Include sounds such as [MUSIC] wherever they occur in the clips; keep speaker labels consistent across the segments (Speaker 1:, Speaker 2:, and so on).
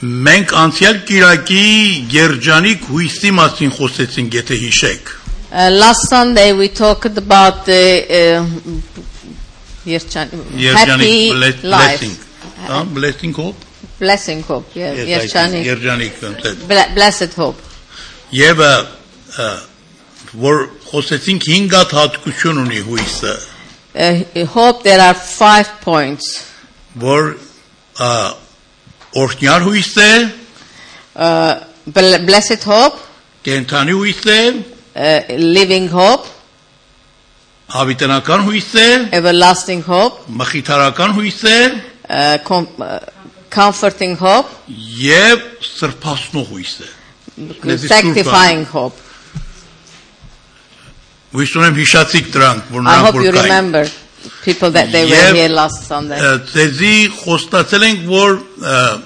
Speaker 1: Մենք անցյալ Կիրակի երջանիկ հույսի մասին խոսեցինք, եթե հիշեք։
Speaker 2: Uh, last Sunday we talked about the uh, Yerchan- happy
Speaker 1: ble-
Speaker 2: life,
Speaker 1: blessing։ Հա, blessing hope։
Speaker 2: blessing hope, yeah,
Speaker 1: Yes, I think,
Speaker 2: Yerchani,
Speaker 1: Երջանիկ ընդ։
Speaker 2: Ble- blessed hope.
Speaker 1: Եվ ը, ը, որ խոսեցինք 5 հատ հատկություն ունի հույսը,
Speaker 2: Uh, hope there are five points.
Speaker 1: որ ը, օրհնյալ հույս է,
Speaker 2: Uh, bl- blessed hope,
Speaker 1: կենթանի հույս է,
Speaker 2: uh, living hope,
Speaker 1: հավիտենական հույս է,
Speaker 2: everlasting hope,
Speaker 1: մխիթարական հույս է
Speaker 2: uh, com- uh, comforting hope,
Speaker 1: եւ սրբացնող հույս է։ Լեզի սուրբ է։
Speaker 2: sanctifying hope.
Speaker 1: Հույս ունեմ հիշացիք դրանք, որ
Speaker 2: I hope
Speaker 1: նրանք
Speaker 2: you
Speaker 1: որ կային։
Speaker 2: remember people that they
Speaker 1: Yep.
Speaker 2: were here last Sunday.
Speaker 1: Ա, Ձեզի խոստացել ենք, որ ա,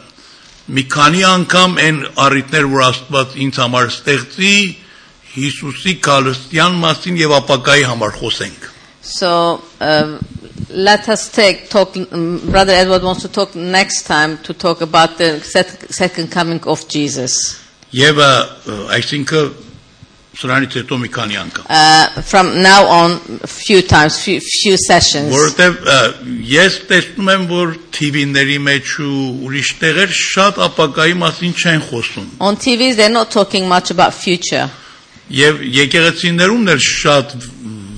Speaker 1: մի քանի անգամ այն առիթներ, որ Աստված ինձ համար ստեղծի, Հիսուսի քալստյան մասին եւ ապակայի համար խոսենք։
Speaker 2: So um, let us take talk. um, Brother Edward wants to talk next time to talk about the sec- second coming of Jesus.
Speaker 1: Եվ ա, ա, այսինքն սրանից հետո մի քանի անգամ,
Speaker 2: Uh, from now on, few times, few, few sessions.
Speaker 1: որովհետեւ ա, ես տեսնում եմ, որ TV-ների մեջ ու ուրիշ տեղեր շատ ապակայի մասին չեն խոսում։
Speaker 2: On TVs, they're not talking much about future.
Speaker 1: Եվ եկեղեցիներում էլ շատ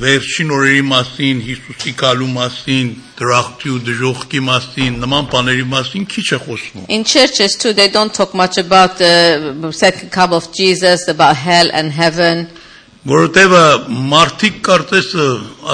Speaker 1: վերջին օրերի մասին, Հիսուսի գալու մասին, դրախտի ու դժոխքի մասին, նման բաների մասին քիչ է խոսվում։
Speaker 2: In churches too, they don't talk much about the second coming of Jesus, about hell and heaven.
Speaker 1: Որովհետև ա, մարդիկ կարծես ա,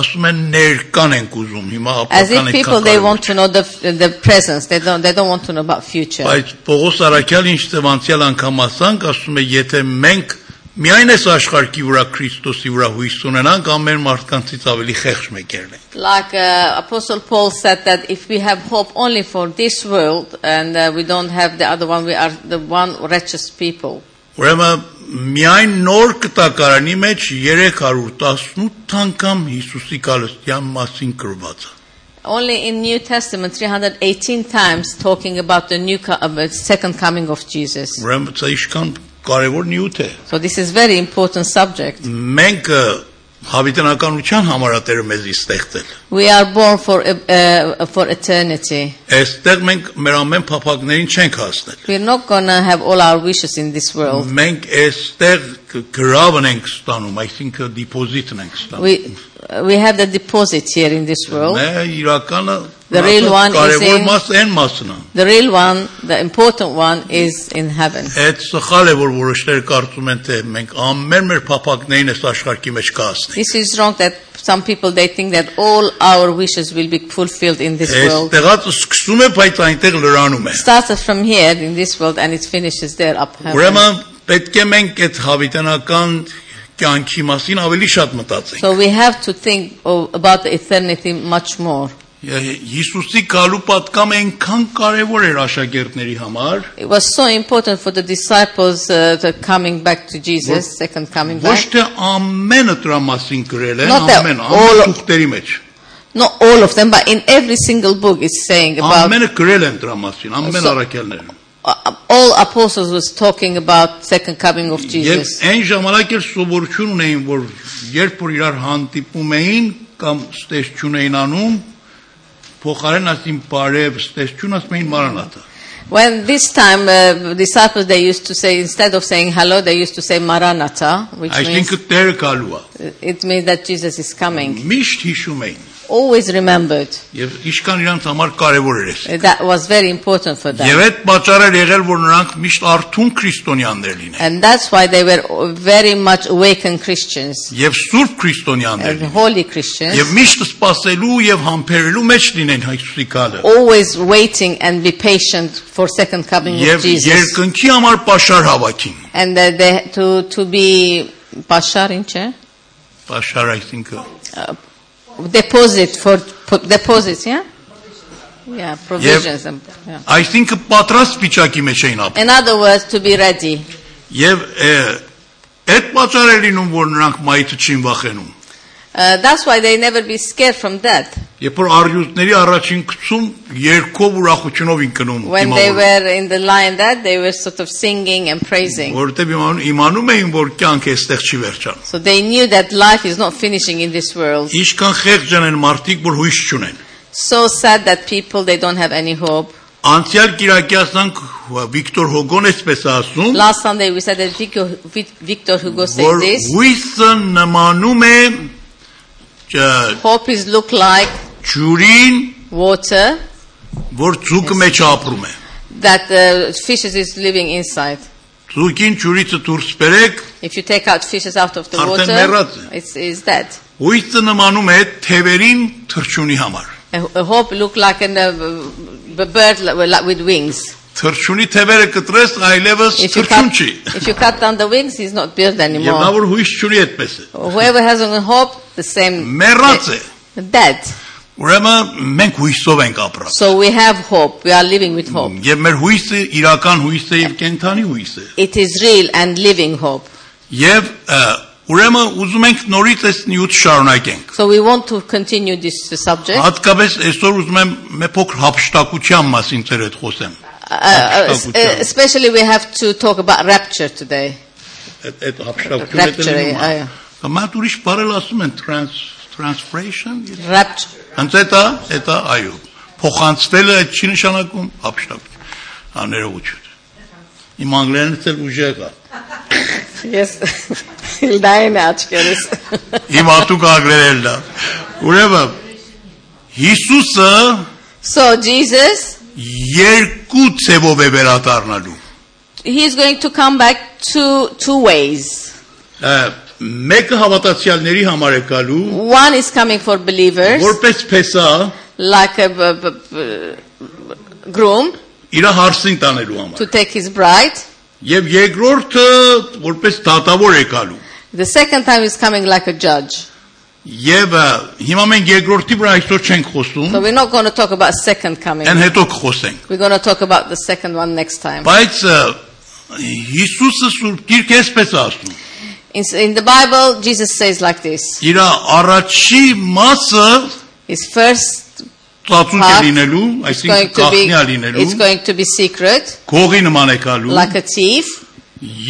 Speaker 1: ասում են ներկան են ուզում, հիմա
Speaker 2: As
Speaker 1: ապական
Speaker 2: if
Speaker 1: է
Speaker 2: people they want to know the the presence. They don't they don't want to know about future.
Speaker 1: Բայց Պողոս Արաքյալը ինչ ծավալցյալ անգամ ասանք, ասում է, եթե մենք միայն այս աշխարհի վրա Քրիստոսի վրա հույս ունենանք, ամեն մարդկանցից ավելի խեղճ մեկերն ենք։
Speaker 2: Like uh, Apostle Paul said that if we have hope only for this world and uh, we don't have the other one, we are the one wretched people.
Speaker 1: Ուրեմն միայն նոր կտակարանի մեջ 318 անգամ Հիսուսի գալստյան մասին գրված է։
Speaker 2: Only in New Testament, 318 times talking about the new co- uh, the second coming of Jesus.
Speaker 1: Ուրեմն դա իշքան կարևոր նյութ է։
Speaker 2: So this is very important subject.
Speaker 1: Մենք ը, հավիտենականության համար է Տերը մեզի ստեղծել։
Speaker 2: We are born for uh, uh, for eternity.
Speaker 1: Այստեղ մենք մեր ամեն փափագներին չենք հասնել։
Speaker 2: We're not gonna have all our wishes in this world.
Speaker 1: Մենք այստեղ կ- գրավն ենք ստանում, այսինքն դիպոզիտն ենք ստանում։
Speaker 2: We uh, we have the deposit here in this world.
Speaker 1: Մե իրականը
Speaker 2: The real
Speaker 1: ասած,
Speaker 2: one is
Speaker 1: կարևոր
Speaker 2: in-
Speaker 1: մասը այն մասն է։
Speaker 2: The real one, the important one, is in heaven.
Speaker 1: Այդ սխալ է որ որոշներ կարծում են թե մենք ամեն մեր փափագներին այս աշխարհի մեջ կհասնենք։
Speaker 2: This is wrong that some people they think that all our wishes will be fulfilled in this world.
Speaker 1: Այստեղած սկսում է, բայց այնտեղ լրանում է։
Speaker 2: Starts from here in this world and it finishes there up heaven.
Speaker 1: Ուրեմն պետք է մենք այդ հավիտենական կյանքի մասին ավելի շատ մտածենք։
Speaker 2: So we have to think of, about the eternity much more.
Speaker 1: Ե- Հիսուսի գալու պատկամը այնքան կարևոր էր աշակերտների համար,
Speaker 2: It was so important for the disciples uh, the coming back to Jesus, second coming
Speaker 1: ոչ
Speaker 2: back.
Speaker 1: թե ամենը դրա մասին գրել են,
Speaker 2: Not that
Speaker 1: ամեն
Speaker 2: all-
Speaker 1: ամեն ուղտերի մեջ։
Speaker 2: Not all of them, but in every single book is saying about
Speaker 1: Ամենը գրել են դրա մասին, ամեն
Speaker 2: So-
Speaker 1: առաքելները։
Speaker 2: uh, all apostles was talking about second coming of
Speaker 1: Եվ
Speaker 2: Jesus.
Speaker 1: այն ժամանակ էլ սովորություն ունեին, որ երբ որ իրար հանդիպում էին կամ ստեսություն էին անում, փոխարեն ասին բարև ստեսություն ասում էին մարանաթա։
Speaker 2: When this time uh, disciples they used to say instead of saying hello they used to say Maranatha, which means uh,
Speaker 1: Այսինքն Տերը գալու է։
Speaker 2: it means that Jesus is coming.
Speaker 1: Միշտ հիշում էին
Speaker 2: Always remembered.
Speaker 1: եւ իշքան իրանց համար կարեւոր էր այս։
Speaker 2: Uh, That was very important for them.
Speaker 1: Եվ այդ պատճառը եղել որ նրանք միշտ արթուն քրիստոնյաներ լինեն
Speaker 2: And that's why they were very much awakened Christians
Speaker 1: եւ սուրբ քրիստոնյաներ
Speaker 2: and
Speaker 1: լինեն։
Speaker 2: holy Christians.
Speaker 1: Եվ միշտ սпасելու եւ համբերելու մեջ լինեն Հիսուսի գալը։
Speaker 2: Always waiting and be patient for second coming of
Speaker 1: Եվ
Speaker 2: Jesus.
Speaker 1: երկնքի համար պաշար հավաքին։
Speaker 2: And uh, they, to, to be Pashar in Czech?
Speaker 1: Պաշար այսինքն
Speaker 2: uh, deposit for po- deposits, yeah? Yeah, provisions. and- yeah.
Speaker 1: Այսինքն պատրաստ վիճակի մեջ էին ապրում։
Speaker 2: In other words, to be ready.
Speaker 1: Եվ ը, այդ պատճառը լինում որ նրանք մայթը չին վախենում։
Speaker 2: Uh, that's why they never be scared from death.
Speaker 1: Երբ որ արյուտների առաջին գծում երկով ուրախությունով են կնում
Speaker 2: When they were in the line that they were sort of singing and praising.
Speaker 1: որտեղ իմանում իմանում էին որ կյանքը այստեղ չի վերջանում։
Speaker 2: So they knew that life is not finishing in this world.
Speaker 1: Ինչքան խեղճան են մարդիկ որ հույս չունեն։
Speaker 2: So sad that people they don't have any hope.
Speaker 1: Անցյալ Կիրակիասնանք Վիկտոր Հոգոն էսպես է ասում
Speaker 2: Last Sunday we said that Victor, Victor Hugo said
Speaker 1: որ
Speaker 2: this.
Speaker 1: հույսը նմանում է ջ-
Speaker 2: Hope is look like
Speaker 1: ջուրին,
Speaker 2: water
Speaker 1: որ ձուկը մեջ ապրում է։
Speaker 2: that the fishes is living inside.
Speaker 1: Ձուկին ջուրիցը դուրս բերեք,
Speaker 2: If you take out fishes out of the
Speaker 1: Արդեն մեռած
Speaker 2: water,
Speaker 1: է։
Speaker 2: it's, it's dead.
Speaker 1: հույսը նմանում է թևերին թրջունի համար։
Speaker 2: A, a hope look like an, uh, b- b- bird li- with- like with wings.
Speaker 1: Թրջունի թևերը կտրես, այլևս
Speaker 2: If you,
Speaker 1: թրջուն
Speaker 2: cut,
Speaker 1: չի։
Speaker 2: if you cut down the wings, he's not bird
Speaker 1: Եվ նա որ
Speaker 2: anymore.
Speaker 1: հույս չունի այդպես է։
Speaker 2: Whoever has a hope, the same.
Speaker 1: Մեռած է։
Speaker 2: Dead.
Speaker 1: Ուրեմն մենք հույսով ենք ապրած։
Speaker 2: So we have hope. We are living with hope.
Speaker 1: Եվ մեր հույսը իրական հույս է եւ կենթանի հույս է։
Speaker 2: It is real and living hope.
Speaker 1: Եվ ը, ուրեմն ուզում ենք նորից այս նյութ շարունակենք։
Speaker 2: So we want to continue this subject.
Speaker 1: Հատկապես այսօր ուզում եմ մի փոքր հապշտակության մասին ձեր հետ խոսեմ։
Speaker 2: Uh, uh,
Speaker 1: Absolutely.
Speaker 2: especially we have to talk about rapture today.
Speaker 1: Այդ այդ հապշտակությունը
Speaker 2: Rapture, այո։
Speaker 1: Կամատ ուրիշ բառել ասում են trans transfration։ ես-
Speaker 2: Rapture.
Speaker 1: Հենց էտա, էտա, այո։ Փոխանցվելը այդ չի նշանակում ապշտակ։ Աներողություն։ Իմ անգլերենից էլ ուժեղ է։
Speaker 2: Yes. [LAUGHS] Հիլդային աչքերս։
Speaker 1: Իմ ատուկ անգլերենն է։ Ուրեմն Հիսուսը
Speaker 2: [LAUGHS] So Jesus,
Speaker 1: երկու ցևով է վերադառնալու։
Speaker 2: he is going to come back two two ways.
Speaker 1: Ա, Մեկը հավատացյալների համար է գալու,
Speaker 2: One is coming for believers,
Speaker 1: որպես փեսա
Speaker 2: like a b- b- b- groom
Speaker 1: իր հարցին տանելու համար։
Speaker 2: to take his bride.
Speaker 1: Եվ երկրորդը որպես դատավոր է գալու։
Speaker 2: The second time is coming like a judge.
Speaker 1: Եվ ա, հիմա մենք երկրորդի վրա այսօր չենք խոսում,
Speaker 2: So we're not going to talk about second coming.
Speaker 1: այն հետո կխոսենք։
Speaker 2: We're going to talk about the second one next time.
Speaker 1: Բայց ը, Հիսուսը Սուրբ Գիրքը էսպես ասում։
Speaker 2: In, in the Bible, Jesus says like this.
Speaker 1: Իր առաջի մասը
Speaker 2: His first
Speaker 1: ծածուկ է
Speaker 2: Հա։
Speaker 1: լինելու,
Speaker 2: is going
Speaker 1: այսինքն
Speaker 2: to be
Speaker 1: կախնիա լինելու,
Speaker 2: it's going to be secret,
Speaker 1: գողի նման է գալու
Speaker 2: like a thief,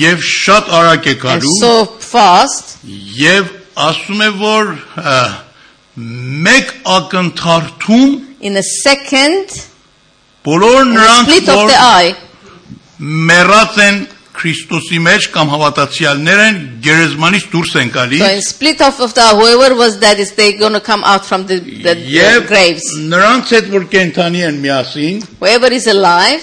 Speaker 1: եւ շատ արագ է
Speaker 2: and
Speaker 1: գալու
Speaker 2: so fast
Speaker 1: եւ ասում է որ ը, մեկ ակնթարթում
Speaker 2: in a second
Speaker 1: բոլոր
Speaker 2: in a split
Speaker 1: նրանք
Speaker 2: of
Speaker 1: որ
Speaker 2: the eye.
Speaker 1: մեռած են Քրիստոսի մեջ կամ հավատացյալներ են գերեզմանից դուրս են
Speaker 2: So
Speaker 1: գալիս
Speaker 2: in split off of the eye, whoever was dead is they going to come out from the, the, the
Speaker 1: եւ
Speaker 2: graves.
Speaker 1: նրանց հետ որ կենթանի են միասին
Speaker 2: Whoever is alive,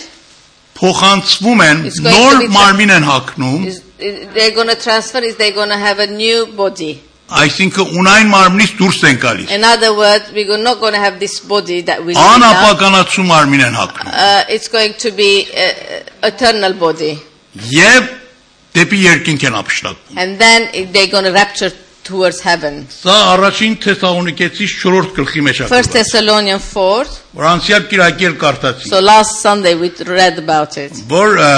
Speaker 1: փոխանցվում են
Speaker 2: It's going to
Speaker 1: նոր
Speaker 2: be tra-
Speaker 1: մարմին են հագնում
Speaker 2: is, is- they're going to transfer, is they're going to have a new body.
Speaker 1: այսինքն ունայն մարմնից դուրս են գալիս
Speaker 2: In other words, we're go- not going to have this body that we live now.
Speaker 1: անապականացու մարմին են հագնում
Speaker 2: Uh, it's going to be uh, eternal body.
Speaker 1: եւ դեպի երկինք են ապշտակվում
Speaker 2: And then it- they're going to rapture towards heaven.
Speaker 1: սա առաջին թեսաղոնիկեցիս 4-րդ գլխի մեջ է
Speaker 2: First Thessalonians 4.
Speaker 1: որ անցյալ Կիրակել կարտացի
Speaker 2: So last Sunday we read about it.
Speaker 1: որ ը,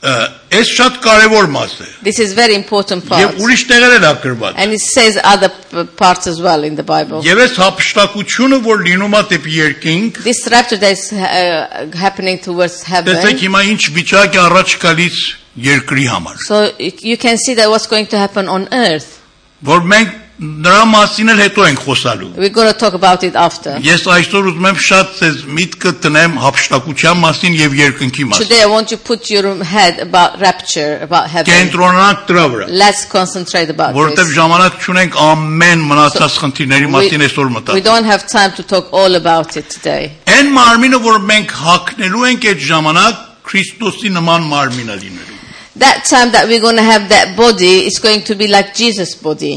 Speaker 1: ը, այս շատ կարեւոր մաս է
Speaker 2: This is very important part.
Speaker 1: եւ ուրիշ տեղեր էլ ակրված
Speaker 2: And it says other p- parts as well in the Bible.
Speaker 1: եւ այս ապշտակությունը որ լինում է դեպի երկինք
Speaker 2: This rapture that is uh, happening towards
Speaker 1: տեսեք
Speaker 2: heaven.
Speaker 1: հիմա ինչ վիճակ է առաջ գալիս երկրի համար
Speaker 2: So it, you can see that what's going to happen on earth.
Speaker 1: որ մենք նրա մասին էլ հետո ենք խոսալու
Speaker 2: We're going to talk about it after.
Speaker 1: Ես այսօր ուզում եմ շատ ձեզ միտքը տնեմ հապշտակության մասին եւ երկնքի մասին։
Speaker 2: Today I want you to put your head about rapture, about heaven.
Speaker 1: Կենտրոնանանք դրա վրա,
Speaker 2: Let's concentrate about
Speaker 1: որովհետեւ
Speaker 2: this.
Speaker 1: ժամանակ չունենք ամեն մնացած խնդիրների մասին այսօր
Speaker 2: we
Speaker 1: մտածել։
Speaker 2: don't have time to talk all about it today.
Speaker 1: Այն մարմինը, որ մենք հակնելու ենք այդ ժամանակ Քրիստոսի նման մարմինը լինելու։
Speaker 2: That time that we're going to have that body is going to be like Jesus' body.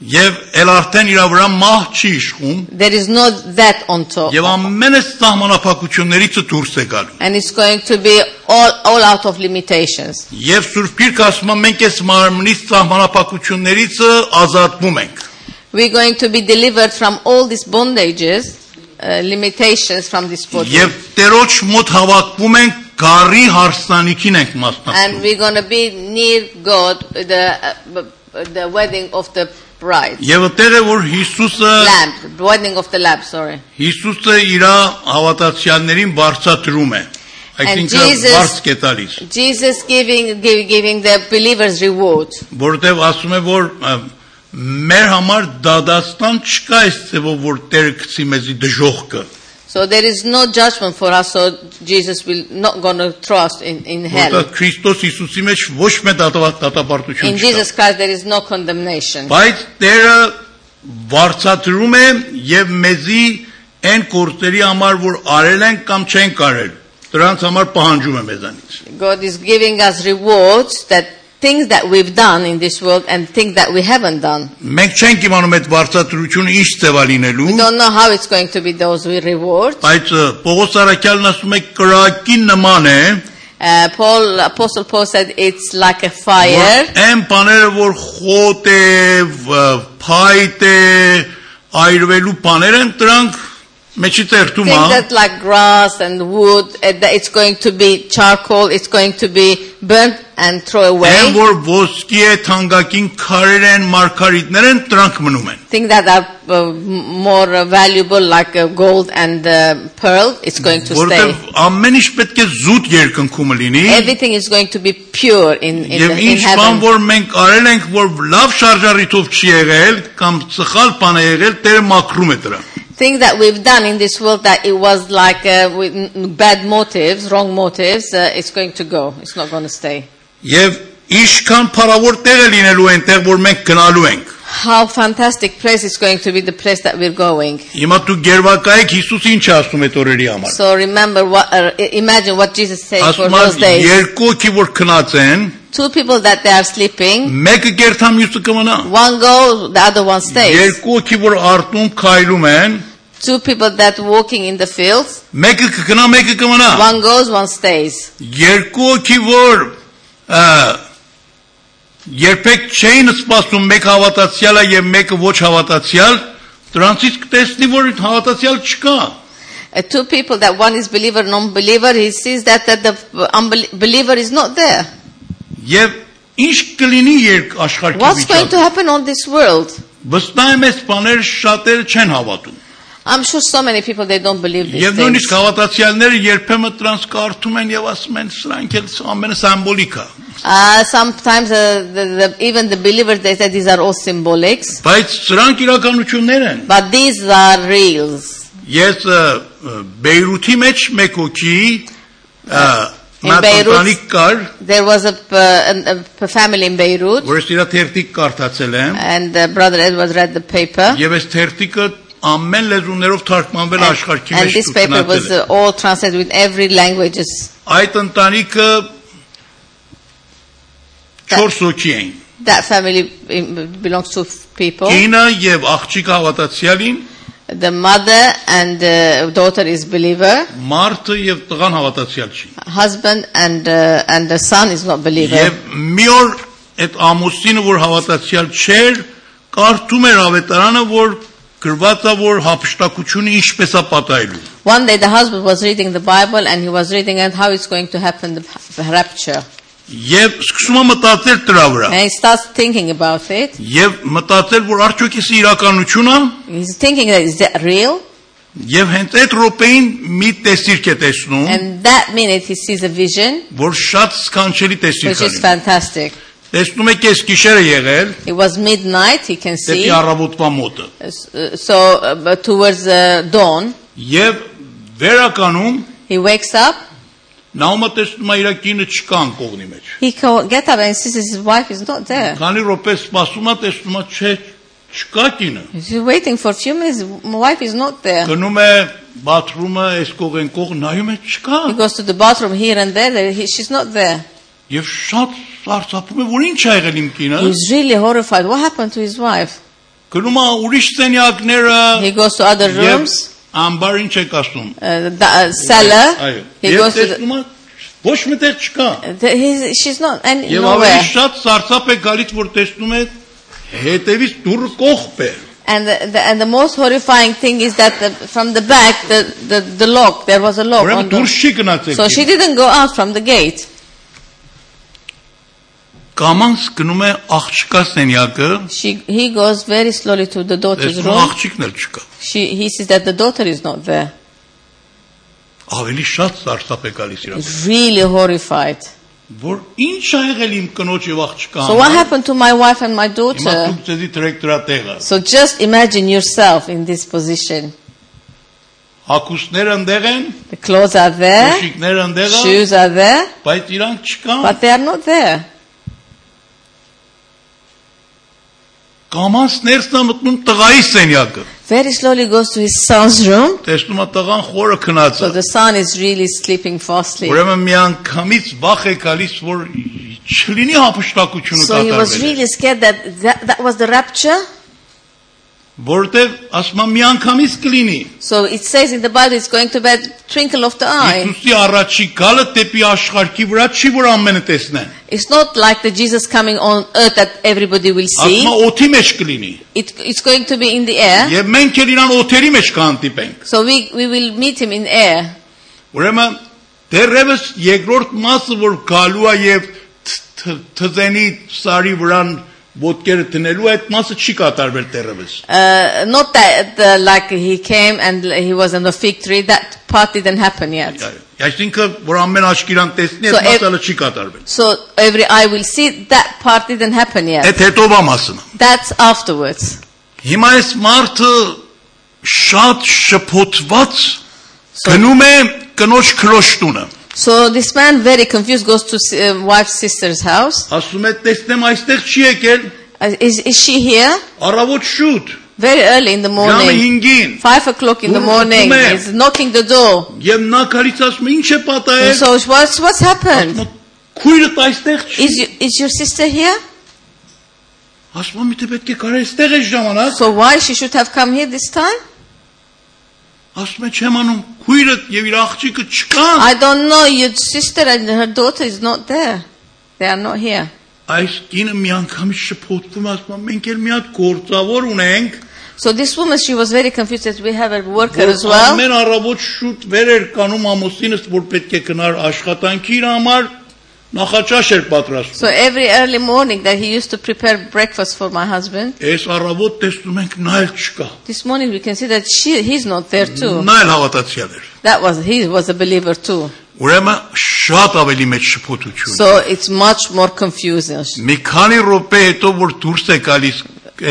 Speaker 1: Եվ ել արդեն իր վրա մահ չի իշխում
Speaker 2: There is no that on top.
Speaker 1: եւ ամենը սահմանափակություններից է դուրս է գալու։
Speaker 2: And it's going to be all, all out of limitations.
Speaker 1: Եվ Սուրբ Գիրքը ասում է մենք այս մարմնի սահմանափակություններից ազատվում ենք։
Speaker 2: We're going to be delivered from all these bondages, uh, limitations from this body.
Speaker 1: Եվ Տերոջ մոտ հավաքվում ենք Գարի հարսանիքին ենք
Speaker 2: And
Speaker 1: մասնակցում։
Speaker 2: we're going to be near God, the, uh, b- the wedding of the bride.
Speaker 1: Եվ այդտեղ է որ Հիսուսը
Speaker 2: Lamb, the wedding of the lamb, sorry.
Speaker 1: Հիսուսը իր հավատացյալներին բարձրացրում է։ Այսինքն
Speaker 2: Jesus-
Speaker 1: բարձ է տալիս,
Speaker 2: Jesus giving give, giving the believers reward.
Speaker 1: որովհետև ասում է որ ը, մեր համար դադաստան չկա այս ձևով որ Տերը գցի մեզի դժողքը,
Speaker 2: So there is no judgment for us, so Jesus will not going to throw us in, in hell.
Speaker 1: որտեղ Քրիստոս Հիսուսի մեջ ոչ մի դատավ-
Speaker 2: In
Speaker 1: դատապարտություն չկա։
Speaker 2: Jesus Christ there is no condemnation.
Speaker 1: Բայց Տերը բարձրացրում է եւ մեզի այն կործերի համար որ արել են կամ չեն կարել, դրանց համար պահանջում է մեզանից։
Speaker 2: God is giving us rewards that things that we've done in this world and things that we haven't done.
Speaker 1: Մենք չենք իմանում այդ բարձրացրությունը ինչ ձևա լինելու։
Speaker 2: Don't know how it's going to be those we reward.
Speaker 1: Բայց ը, Պողոս Արաքյալն ասում է կրակի նման է
Speaker 2: Uh, Paul, Apostle Paul said it's like a fire.
Speaker 1: որ այն բաները որ խոտ է, վ- փայտ է, այրվելու բաներ են, դրանք մեջից երթում
Speaker 2: Things
Speaker 1: է։
Speaker 2: that like grass and wood, uh, that it's going to be charcoal, it's going to be burnt and throw
Speaker 1: Այն
Speaker 2: away.
Speaker 1: որ ոսկի է, թանկագին քարեր են, մարգարիտներ են, դրանք մնում են։
Speaker 2: Things that are uh, m- more uh, valuable like uh, gold and uh, pearl, it's going to
Speaker 1: Որտեւ
Speaker 2: stay.
Speaker 1: ամեն ինչ պետք է զուտ երկնքում լինի։
Speaker 2: Everything is going to be pure in, in,
Speaker 1: Եվ
Speaker 2: the, in
Speaker 1: ինչ բան
Speaker 2: heaven.
Speaker 1: որ մենք արել ենք որ լավ շարժարիտով չի եղել կամ սխալ բան է եղել, Տերը մաքրում է դրան։
Speaker 2: Things that we've done in this world that it was like uh, with mm, bad motives, wrong motives, uh, it's going to go. It's not going to stay.
Speaker 1: Եվ ինչքան փառավոր տեղ է լինելու այնտեղ, որ մենք գնալու ենք։
Speaker 2: How fantastic place is going to be the place that we're going.
Speaker 1: Հիմա դու գերվակայեք Հիսուսի ինչ է ասում այդ օրերի համար։
Speaker 2: So remember what, uh, imagine what Jesus said for
Speaker 1: Ասում է
Speaker 2: those days.
Speaker 1: երկու օքի որ քնած են,
Speaker 2: Two people that they are sleeping,
Speaker 1: մեկը գերթամ մյուսը կմնա։
Speaker 2: one goes, the other one stays.
Speaker 1: Երկու օքի որ արտում քայլում են,
Speaker 2: Two people that walking in the fields,
Speaker 1: մեկը կգնա, մեկը կմնա։
Speaker 2: one goes, one stays.
Speaker 1: Երկու օքի որ ա, երբեք չէին սպասում մեկ հավատացյալը եւ մեկը ոչ հավատացյալ, դրանցից կտեսնի որ հավատացյալ չկա։
Speaker 2: Uh, two people that one is believer, non-believer, he sees that, that the unbeliever is not there.
Speaker 1: Եվ ինչ կլինի երկ աշխարհի
Speaker 2: What's going to
Speaker 1: վիճակը։
Speaker 2: happen on this world?
Speaker 1: Վստահ եմ, այս բաները շատերը չեն հավատում։
Speaker 2: I'm sure so many people, they don't believe these
Speaker 1: Եվ
Speaker 2: things.
Speaker 1: նույնիսկ հավատացյալները երբեմն դրանց կարդում են եւ ասում են, սրանք էլ ամենը սիմվոլիկ է։
Speaker 2: Uh, sometimes uh, the, the, even the believers, they say these are all symbolics,
Speaker 1: Բայց սրանք իրականություններ են։
Speaker 2: but these are reals.
Speaker 1: Ես ը, ը, Բեյրութի մեջ մեկ օքի
Speaker 2: In Beirut-
Speaker 1: մատանտանի կար,
Speaker 2: There was a, p- an- a p- family in Beirut,
Speaker 1: որ ես իր թերթիկ կարդացել եմ,
Speaker 2: and uh, Brother Edward read the paper.
Speaker 1: եւ այս թերթիկը ամեն լեզուներով թարգմանվել
Speaker 2: And,
Speaker 1: աշխարհի
Speaker 2: and
Speaker 1: մեջ
Speaker 2: this paper
Speaker 1: ուտնակել
Speaker 2: was
Speaker 1: է։
Speaker 2: uh, all translated with every languages.
Speaker 1: Այդ ընտանիքը 4 օքի էին։
Speaker 2: That family um, belongs to people.
Speaker 1: Կինը եւ աղջիկը հավատացյալին,
Speaker 2: The mother and uh, daughter is believer.
Speaker 1: մարդը եւ տղան հավատացյալ չի։
Speaker 2: Husband and uh, and the son is not believer.
Speaker 1: Եվ մի օր այդ ամուսինը, որ հավատացյալ չէր, կարդում էր ավետարանը, որ գրված է, որ հապշտակությունը ինչպես է պատահելու։
Speaker 2: One day the husband was reading the Bible and he was reading and how it's going to happen the the rapture.
Speaker 1: Եվ սկսում է մտածել դրա վրա։
Speaker 2: And he starts thinking about it.
Speaker 1: Եվ մտածել, որ արդյոք էս իրականություն է,
Speaker 2: He's thinking that is that real?
Speaker 1: եւ հենց այդ րոպեին մի տեսիրք է տեսնում,
Speaker 2: And that minute he sees a vision,
Speaker 1: որ շատ սքանչելի
Speaker 2: which
Speaker 1: տեսիրք
Speaker 2: is
Speaker 1: է։
Speaker 2: fantastic.
Speaker 1: Տեսնում եք, էս գիշերը եղել,
Speaker 2: It was midnight, he can see,
Speaker 1: դեպի առավոտվա մոտը։
Speaker 2: uh, so uh, but towards uh, dawn.
Speaker 1: Եվ վերականում
Speaker 2: He wakes up,
Speaker 1: Նաումը տեսնում է իր կինը չկան կողնի մեջ։
Speaker 2: he co- get up and sees his wife is not there.
Speaker 1: Քանի րոպե սպասում է, տեսնում է, չէ, չկա կինը։
Speaker 2: He's waiting for a few minutes, my wife is not there.
Speaker 1: Գնում է բաթրումը, այս կող են կող, նայում է, չկա։
Speaker 2: He goes to the bathroom here and there, there he, she's not there.
Speaker 1: Եվ շատ սարսափում է, որ ինչ ա եղել իմ կինը։
Speaker 2: He's really horrified. What happened to his wife?
Speaker 1: Գնում է ուրիշ սենյակները
Speaker 2: He goes to other
Speaker 1: եւ
Speaker 2: rooms.
Speaker 1: ամբար ինչ է կասում։
Speaker 2: uh, the uh, cellar.
Speaker 1: Այո։
Speaker 2: He
Speaker 1: Եվ
Speaker 2: goes to the,
Speaker 1: տեսնում է, ոչ մտեղ չկա։
Speaker 2: the, he's, she's not and
Speaker 1: Եվ
Speaker 2: nowhere.
Speaker 1: ավելի շատ սարսափ է գալիս, որ տեսնում է հետևից դուրս կողպ է։
Speaker 2: And the, the and the most horrifying thing is that the, from the back the, the the lock there was a lock on
Speaker 1: Ուրեմն դուրս
Speaker 2: the,
Speaker 1: չի գնացել։
Speaker 2: so she
Speaker 1: կինը։
Speaker 2: didn't go out from the gate.
Speaker 1: Կամանց գնում է աղջկա սենյակը,
Speaker 2: She, he goes very slowly to the daughter's
Speaker 1: տեսնում է
Speaker 2: room.
Speaker 1: աղջիկն էլ չկա։
Speaker 2: She, he sees that the daughter is not there.
Speaker 1: Ավելի շատ սարսափ է գալիս իրան։
Speaker 2: He's really horrified.
Speaker 1: Որ ի՞նչ է եղել իմ կնոջ եւ աղջկա։
Speaker 2: So what happened to my wife and my
Speaker 1: Հիմա
Speaker 2: daughter?
Speaker 1: դուք ցեզի դրեք դրա տեղը։
Speaker 2: So just imagine yourself in this position.
Speaker 1: Հակուսները ընդեղ են,
Speaker 2: The clothes are there,
Speaker 1: շիկները ընդեղ են,
Speaker 2: shoes are there,
Speaker 1: բայց իրանք չկան։
Speaker 2: but they are not there.
Speaker 1: Կամանց ներսն է մտնում տղայի սենյակը։
Speaker 2: Very slowly goes to his son's room.
Speaker 1: Տեսնում է տղան խորը քնած
Speaker 2: So
Speaker 1: է։
Speaker 2: the son is really sleeping fastly.
Speaker 1: Ուրեմն միանգամից վախ է գալիս, որ չլինի հապշտակությունը
Speaker 2: So he was
Speaker 1: կատարվել։
Speaker 2: really scared that that, that was the rapture.
Speaker 1: Որտեւ ասում եմ միանգամից կլինի։
Speaker 2: So it says in the Bible it's going to be a twinkle of the
Speaker 1: [LAUGHS]
Speaker 2: eye.
Speaker 1: Հիսուսի առաջի գալը դեպի աշխարհի վրա չի որ ամենը տեսնեն։
Speaker 2: It's not like the Jesus coming on earth that everybody will see.
Speaker 1: Ասում է օթի մեջ կլինի։
Speaker 2: It, it's going to be in the air.
Speaker 1: Եվ մենք էլ իրան օթերի մեջ կհանդիպենք։
Speaker 2: So we, we will meet him in air.
Speaker 1: Ուրեմն դերևս երկրորդ մասը որ գալու է եւ թ- թ- թզենի սարի վրան ոտքերը դնելու է, այդ մասը չի կատարվել դերևս։
Speaker 2: Uh, not that uh, like he came and he was on the fig tree. That part didn't happen yet.
Speaker 1: Այո, Այսինքն որ ամեն աչք իրան տեսնի,
Speaker 2: So,
Speaker 1: այդ
Speaker 2: ev-
Speaker 1: մասը հələ չի կատարվել։
Speaker 2: So every eye will see that part didn't happen yet.
Speaker 1: Այդ հետո բա մասն։
Speaker 2: That's afterwards.
Speaker 1: Հիմա այս մարդը շատ շփոթված
Speaker 2: So-
Speaker 1: գնում է կնոջ քրոշտունը։
Speaker 2: So this man, very confused, goes to s- uh, wife's sister's house.
Speaker 1: Ասում է տեսնեմ այստեղ չի եկել,
Speaker 2: Uh, Is, is she here?
Speaker 1: առավոտ շուտ,
Speaker 2: Very early in the
Speaker 1: ժամը
Speaker 2: morning.
Speaker 1: 5-ին։
Speaker 2: Five o'clock in the
Speaker 1: Who-
Speaker 2: morning.
Speaker 1: who man?
Speaker 2: He's knocking the door.
Speaker 1: Եմ նա գալիս ասում է, ինչ է պատահել։
Speaker 2: So what's, what's happened?
Speaker 1: Քույրդ այստեղ չի։
Speaker 2: Is, you, is your sister here?
Speaker 1: Ասում եմ, թե պետք է գար այստեղ այս ժամանակ։
Speaker 2: So why she should have come here this time?
Speaker 1: Ասում եմ, չեմ անում։ Քույրդ եւ իր աղջիկը չկան։
Speaker 2: I don't know. Your sister and her daughter is not there. They are not here.
Speaker 1: Այս կինը մի անգամ շփոթվում է, ասում է, մենք էլ մի հատ գործավոր ունենք,
Speaker 2: So this woman, she was very confused that we have a worker
Speaker 1: որ
Speaker 2: as well.
Speaker 1: ամեն առավոտ շուտ վեր էր կանում ամուսինս, որ պետք է գնար աշխատանքի իր համար, նախաճաշ էր պատրաստում։
Speaker 2: So every early morning that he used to prepare breakfast for my husband.
Speaker 1: Այս առավոտ տեսնում ենք նա էլ չկա։
Speaker 2: This morning we can see that she, he's not there too.
Speaker 1: Նա էլ հավատացյալ էր։
Speaker 2: That was, he was a believer too.
Speaker 1: Ուրեմն շատ ավելի մեծ շփոթություն։
Speaker 2: So it's much more confusing.
Speaker 1: Մի քանի րոպե հետո որ դուրս է գալիս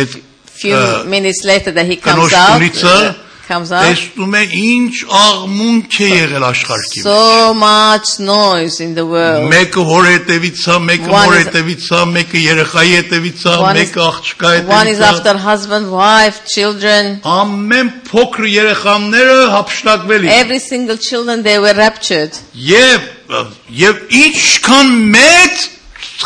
Speaker 1: այդ
Speaker 2: Few
Speaker 1: ը,
Speaker 2: minutes later that he comes out,
Speaker 1: կնոջունիցը
Speaker 2: uh, comes out.
Speaker 1: տեսնում է ինչ աղմունք է եղել աշխարհի մեջ։
Speaker 2: So much noise in the world.
Speaker 1: Մեկը հոր հետևից է, մեկը
Speaker 2: One
Speaker 1: մոր
Speaker 2: is-
Speaker 1: հետևից է, մեկը երեխայի հետևից է,
Speaker 2: One is-
Speaker 1: մեկը աղջկա
Speaker 2: One is
Speaker 1: հետևից է։
Speaker 2: after husband, wife, children.
Speaker 1: Ամեն փոքր երեխաները հապշտակվելի։
Speaker 2: Every single children, they were raptured.
Speaker 1: Եվ եւ ինչքան մեծ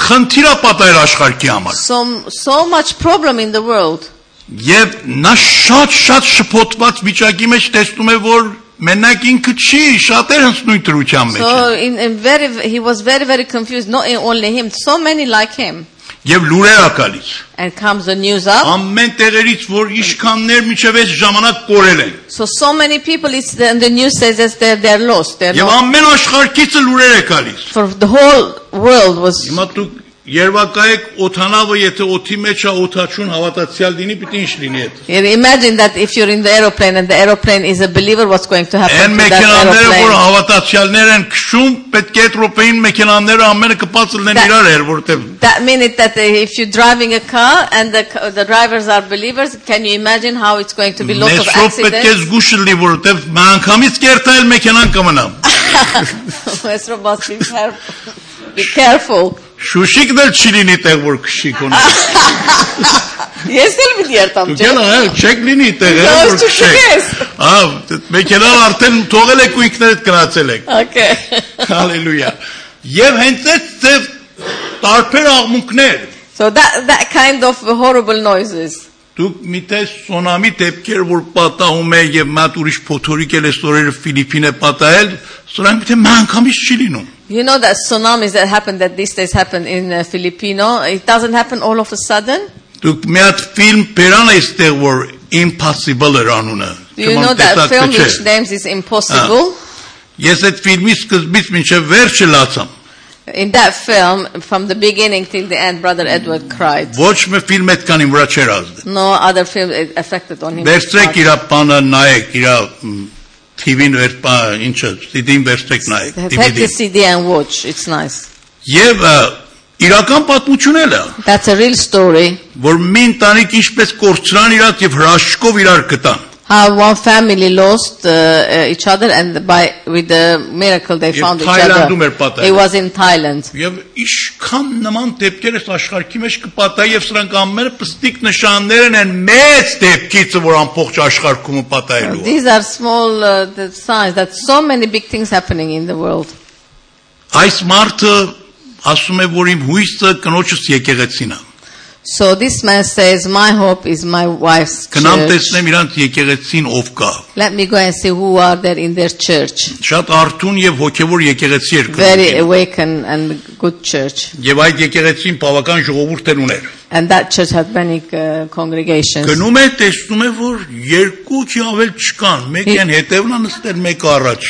Speaker 1: խնդիր է պատահել աշխարհի համար։
Speaker 2: So, so much problem in the world.
Speaker 1: Եվ նա շատ-շատ շփոթված վիճակի մեջ տեսնում է, որ մենակ ինքը չի, շատեր հենց նույն դրության մեջ են։
Speaker 2: So in, in very, he was very, very confused. Not only him, so many like him.
Speaker 1: Եվ լուրեր է գալիս։
Speaker 2: And comes the news up.
Speaker 1: Ամեն տեղերից, որ իշքաններ միջև այս ժամանակ կորել են։
Speaker 2: So so many people. It's the, and the news says that they're, they're lost. They're
Speaker 1: Եվ
Speaker 2: not.
Speaker 1: ամեն աշխարհից է լուրեր է գալիս։
Speaker 2: For the whole world was.
Speaker 1: Հիմա դուք Երվակայեք օթանավը, եթե օթի մեջ է օթաչուն հավատացյալ լինի, պիտի ինչ լինի այդ։
Speaker 2: Imagine that if you're in the aeroplane and the aeroplane is a believer, what's going to happen
Speaker 1: Այն
Speaker 2: to that
Speaker 1: մեքենաները, որ
Speaker 2: aeroplane?
Speaker 1: հավատացյալներ են քշում, պետք է այդ րոպեին մեքենաները ամենը կպած լինեն
Speaker 2: Դա-
Speaker 1: իրար էր, որտեղ
Speaker 2: That minute that uh, if you're driving a car and the, ca- the drivers are believers, can you imagine how it's going to be lots of
Speaker 1: Մեսով պետք է
Speaker 2: accidents?
Speaker 1: զգուշը լինի, որովհետև մանկամից կերտալ մեքենան կմնա։
Speaker 2: [LAUGHS] Maestro must be, caref- be careful.
Speaker 1: Շուշիկն էլ չի լինի տեղ, որ քշի կոնա։
Speaker 2: Ես էլ մի դեր տամ ջան։
Speaker 1: Դուքան այլ չեք լինի տեղ, էլ,
Speaker 2: Դա
Speaker 1: որ
Speaker 2: ոչ
Speaker 1: քշեք։
Speaker 2: չկես։
Speaker 1: Ահա, դե- մեքենան արդեն թողել եք ու ինքներդ գնացել եք։
Speaker 2: Okay. [LAUGHS]
Speaker 1: Հալելույա։ Եվ հենց այդ ձև տարբեր աղմուկներ
Speaker 2: So that that kind of horrible noises.
Speaker 1: Դուք միտե սոնամի դեպքեր որ պատահում է եւ մատ ուրիշ փոթորիկ էլ էստորերը Ֆիլիպին է պատահել, սրանք միտե մանկամից չի լինում։
Speaker 2: You know that tsunamis that happened that these days happen in uh, Filipino. It doesn't happen all of a sudden.
Speaker 1: Դուք մի հատ ֆիլմ բերան այստեղ որ Impossible էր անունը։
Speaker 2: Do you know that film which names is impossible?
Speaker 1: Ես այդ ֆիլմի սկզբից մինչև վերջը լացամ։
Speaker 2: In that film, from the beginning till the end, Brother Edward cried.
Speaker 1: Ոչ մի ֆիլմ այդքան իմ վրա չէր ազդել։
Speaker 2: No other film it affected on him. as
Speaker 1: Վերցրեք
Speaker 2: much.
Speaker 1: իր բանը, նայեք իր TV-ն վեր պա ինչը, CD-ն վերցրեք նայեք,
Speaker 2: Take the
Speaker 1: DVD-ն։
Speaker 2: CD and watch. It's nice.
Speaker 1: Եվ ա, իրական պատմություն էլ է,
Speaker 2: That's a real story.
Speaker 1: որ մի ընտանիք ինչպես կորցրան իրաց եւ հրաշքով իրար գտան։
Speaker 2: How one family lost uh, uh, each other, and by with the miracle they
Speaker 1: Եվ
Speaker 2: found each
Speaker 1: Թայլանդում էր
Speaker 2: other.
Speaker 1: պատահել։
Speaker 2: It was in Thailand.
Speaker 1: Եվ ինչքան նման դեպքեր այս աշխարհի մեջ կպատահի եւ սրանք ամենը պստիկ նշաններն են մեծ դեպքից, որ ամբողջ աշխարհում է պատահելու։ է։
Speaker 2: These are small uh, the signs that so many big things happening in the world.
Speaker 1: Այս մարդը ասում է, որ իմ հույսը կնոջս եկեղեցին է։
Speaker 2: So this man says, "My hope is my wife's
Speaker 1: Գնամ
Speaker 2: church.
Speaker 1: տեսնեմ իրանց եկեղեցին ով կա։
Speaker 2: Let me go and see who are there in their church."
Speaker 1: Շատ արթուն եւ հոգեվոր եկեղեցի էր
Speaker 2: very
Speaker 1: գնում։
Speaker 2: awakened and good church.
Speaker 1: Եվ այդ եկեղեցին բավական ժողովուրդ էլ ուներ։
Speaker 2: And that church had many uh, congregations.
Speaker 1: Գնում է, տեսնում է, որ երկու չի ավել չկան, մեկն հետևն է նստել, մեկը առաջ։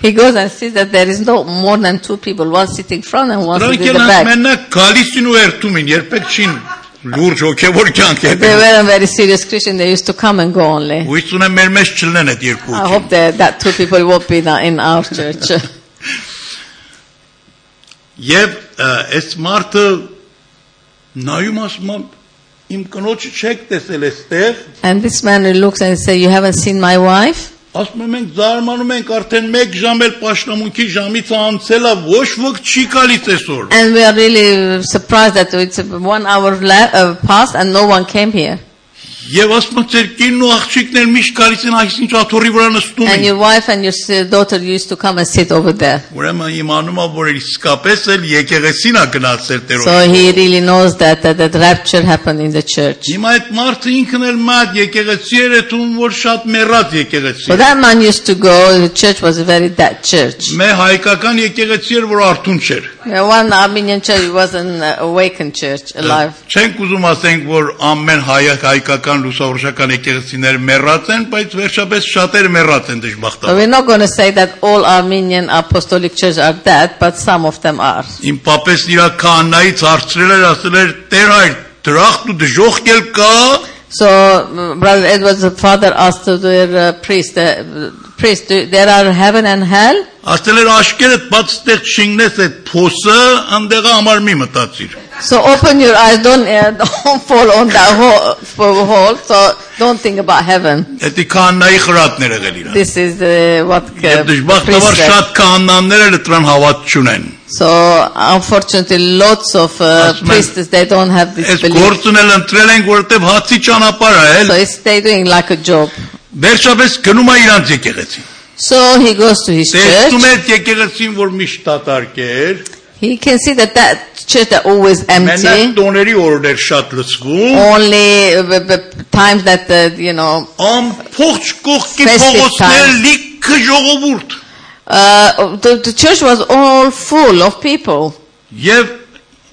Speaker 2: He goes and sees that there is no more than two people, one sitting front and one
Speaker 1: Նրանք
Speaker 2: sitting in
Speaker 1: էլ
Speaker 2: the back.
Speaker 1: մենակ գալիսին ու երթումին, երբեք չին լուրջ հոգեվոր կյանք է։
Speaker 2: They were a very serious Christian. They used to come and go only.
Speaker 1: Ուից ունեմ մեր մեջ չլնեն այդ երկու։
Speaker 2: I hope that, that two people won't be now in our church.
Speaker 1: Եվ ա, այս մարդը նայում ասում է, իմ կնոջը չեք տեսել այստեղ,
Speaker 2: and this man looks and says, you haven't seen my wife?
Speaker 1: ասում եմ մենք զարմանում ենք արդեն 1 ժամ էլ պաշտամունքի ժամից անցել է, ոչ ոք չի գալիս այսօր։
Speaker 2: And we are really surprised that it's one hour le- uh, past and no one came here.
Speaker 1: Եվ ասում եմ ձեր կինն ու աղջիկներ միշտ գալիս են այս ինչ աթոռի վրա նստում
Speaker 2: And
Speaker 1: են։
Speaker 2: your wife and your s- daughter used to come and sit over there.
Speaker 1: Ուրեմն իմանում է, որ իսկապես էլ եկեղեցին է գնացել Տերոջ։
Speaker 2: So he really knows that, that that rapture happened in the church.
Speaker 1: Հիմա այդ մարդը ինքն էլ մատ եկեղեցի էր ում որ շատ մեռած եկեղեցի։
Speaker 2: So that man used to go, the church was a very dead church.
Speaker 1: Մե հայկական եկեղեցի էր որ արթուն չէր։
Speaker 2: The one Armenian church was an uh, awakened church, alive.
Speaker 1: Չենք ուզում ասենք որ ամեն հայ հայկական լուսավորշական եկեղեցիները մեռած են, բայց վերջապես շատերը մեռած են
Speaker 2: So
Speaker 1: դժբախտաբար։
Speaker 2: we're not going to say that all Armenian apostolic churches are dead, but some of them are.
Speaker 1: Իմ papas իր քանայից հարցրել էր, ասել էր՝ «Տեր հայր, դրախտ ու դժոխ կել կա»։
Speaker 2: So mm, Brother Edward's father asked to their uh, priest, uh, priest, do, there are heaven and hell?
Speaker 1: Ասել էր աշկերտ բաց ստեղ շինgnես այդ փոսը, անդեղը համար մի մտածիր։
Speaker 2: So open your eyes, don't, uh, [LAUGHS] don't fall on that hole, hole, so don't think about heaven.
Speaker 1: Էդի քանայի խրատները եղել իրան։
Speaker 2: This is the what
Speaker 1: Եվ դժբախտաբար
Speaker 2: priestess.
Speaker 1: շատ կանանները դրան հավատ չունեն։
Speaker 2: So unfortunately, lots of uh,
Speaker 1: That's my-
Speaker 2: priests they don't have this
Speaker 1: Այս
Speaker 2: belief.
Speaker 1: գործն էլ ընտրել են որովհետև հացի ճանապարհ է,
Speaker 2: So
Speaker 1: էլ
Speaker 2: it's they doing like a job.
Speaker 1: վերջապես գնում է իրանց եկեղեցին։
Speaker 2: So he goes to his
Speaker 1: Տեսնում
Speaker 2: church.
Speaker 1: է այդ եկեղեցին, որ միշտ դատարկ էր,
Speaker 2: He can see that that church that always
Speaker 1: մենակ
Speaker 2: empty.
Speaker 1: տոների օրն էր շատ լցվում,
Speaker 2: Only uh, the the times that uh, you know
Speaker 1: ամբողջ կողքի
Speaker 2: Festive
Speaker 1: փողոցներ
Speaker 2: times.
Speaker 1: լիքը ժողովուրդ։
Speaker 2: uh, the, the church was all full of people.
Speaker 1: Եվ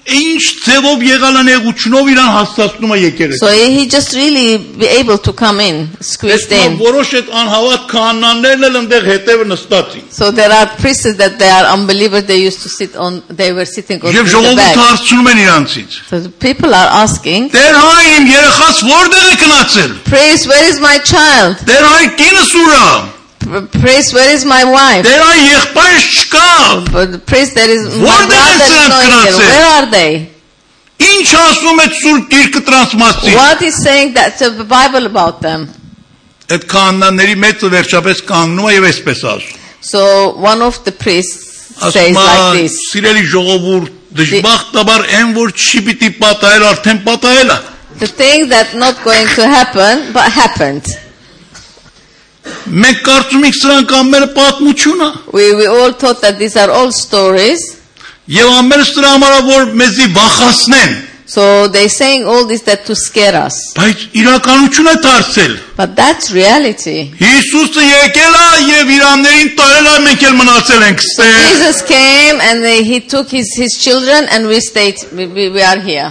Speaker 1: ինչ ձևով եղալ են եղուչնով իրան հաստատնում է
Speaker 2: So
Speaker 1: եկեղեցին։
Speaker 2: he just really be able to come in, squeezed
Speaker 1: Տեսնում
Speaker 2: in.
Speaker 1: որոշ այդ անհավատ քանաններն էլ այնտեղ հետևը նստած էին։
Speaker 2: So there are priests that they are unbelievers. They used to sit on. They were sitting
Speaker 1: Եվ
Speaker 2: on the back.
Speaker 1: ժողովուրդը հարցնում են իրանցից։
Speaker 2: So the people are asking,
Speaker 1: Տեր հայ իմ երեխաս որտեղ է գնացել։
Speaker 2: Praise, where is my child?
Speaker 1: Տեր հայ կինս ուրա։
Speaker 2: P- Praise, where is my wife?
Speaker 1: Տեր հայ եղբայրս չկա։
Speaker 2: But praise, there is my
Speaker 1: Where they
Speaker 2: brother is
Speaker 1: sent
Speaker 2: not here.
Speaker 1: Kranze?
Speaker 2: Where are they?
Speaker 1: Ինչ ասում է Սուրբ Գիրքը տրանսմասի։
Speaker 2: What is saying that the Bible about them?
Speaker 1: Այդ քանանների մեծը վերջապես կանգնում է եւ այսպես ասում։
Speaker 2: So one of the priests
Speaker 1: Ասում է
Speaker 2: says like this.
Speaker 1: սիրելի ժողովուրդ դժբախտաբար այն որ չի պիտի պատահել արդեն պատահել է։
Speaker 2: The thing that not going to happen, but happened.
Speaker 1: Մենք կարծում ենք սրանք ամենը պատմություն է։
Speaker 2: We, we all thought that these are all stories.
Speaker 1: Եվ ամենը սրա համար է, որ մեզի վախացնեն։
Speaker 2: So they saying all this that to scare us.
Speaker 1: Բայց իրականություն է դարձել։
Speaker 2: But that's reality.
Speaker 1: Հիսուսը եկել է եւ իրաններին տարել է մենք էլ մնացել ենք ստեղ։
Speaker 2: Jesus came and uh, he took his, his children and we stayed, we, we, we are here.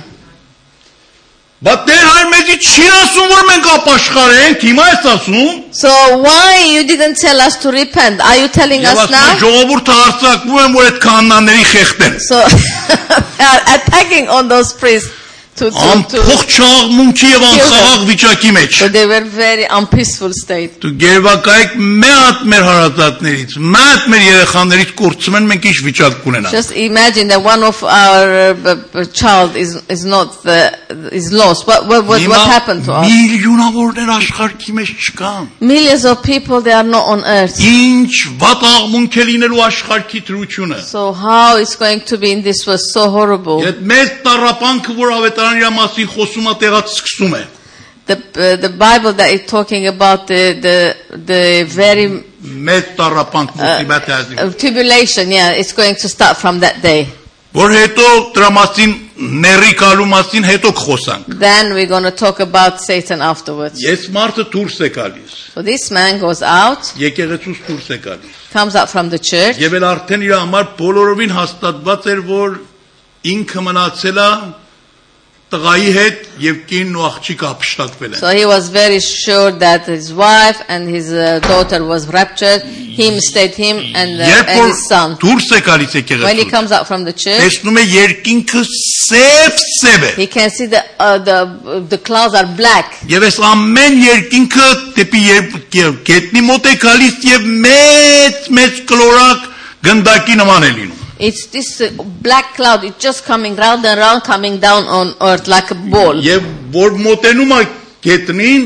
Speaker 1: Բա Տեր հայր մեզի չի ասում, որ մենք ապաշխարենք, հիմա էս ասում։
Speaker 2: So why you didn't tell us to repent? Are you telling
Speaker 1: Եվ
Speaker 2: us
Speaker 1: ասում է
Speaker 2: now?
Speaker 1: ժողովուրդը հարցակվում են, որ այդ քանանների խեղդեն։
Speaker 2: So [LAUGHS] they are attacking on those priests to, to, to
Speaker 1: Ամփոխ չաղմունքի եւ անխաղաղ վիճակի մեջ։
Speaker 2: so they were very unpeaceful state.
Speaker 1: Դու գերվակայեք մեհատ մեր հարազատներից, մեհատ մեր երեխաներից կորցում են, մենք ինչ վիճակ կունենանք։
Speaker 2: Just imagine that one of our uh, b- b- child is is not the, is lost. What what what, what happened to us?
Speaker 1: միլիոնավորներ աշխարհի մեջ չկան։
Speaker 2: Millions of people they are not on earth.
Speaker 1: Ինչ վատ աղմունք է լինելու աշխարհի դրությունը։
Speaker 2: So how is going to be in this was so horrible.
Speaker 1: Եդ մեզ տարապանքը, որ ավետարան իր մասին խոսում է, տեղած սկսում է։
Speaker 2: The uh, the Bible that is talking about the the the very
Speaker 1: Մեզ տարապանք մուսիբետ է ազնի։
Speaker 2: uh, tribulation. Yeah, it's going to start from that day.
Speaker 1: Որ հետո դրա մասին ների գալու մասին հետո կխոսանք։
Speaker 2: Then we're going to talk about Satan afterwards.
Speaker 1: Ես մարդը դուրս է գալիս,
Speaker 2: So this man goes out,
Speaker 1: եկեղեցուց դուրս է գալիս։
Speaker 2: comes out from the church,
Speaker 1: Եվ էլ արդեն իր համար բոլորովին հաստատված էր, որ ինքը մնացել է տղայի հետ եւ կինն ու աղջիկը հափշտակվել են։
Speaker 2: so he was very sure that his wife and his uh, daughter was raptured. Him stayed him and, uh,
Speaker 1: Երբ
Speaker 2: and
Speaker 1: որ
Speaker 2: his son.
Speaker 1: դուրս է գալիս
Speaker 2: When he
Speaker 1: եկեղեցուց,
Speaker 2: comes out from the church,
Speaker 1: տեսնում է երկինքը սև-սև է։
Speaker 2: he can see the uh, the the clouds are black.
Speaker 1: Եվ այս ամեն երկինքը դեպի երբ- եր- գետնի մոտ է գալիս եւ մեծ-մեծ կլորակ գնդակի նման է լինում։
Speaker 2: It's this uh, black cloud. It's just coming round and round, coming down on earth like a ball.
Speaker 1: Եվ որ մոտենում է գետնին,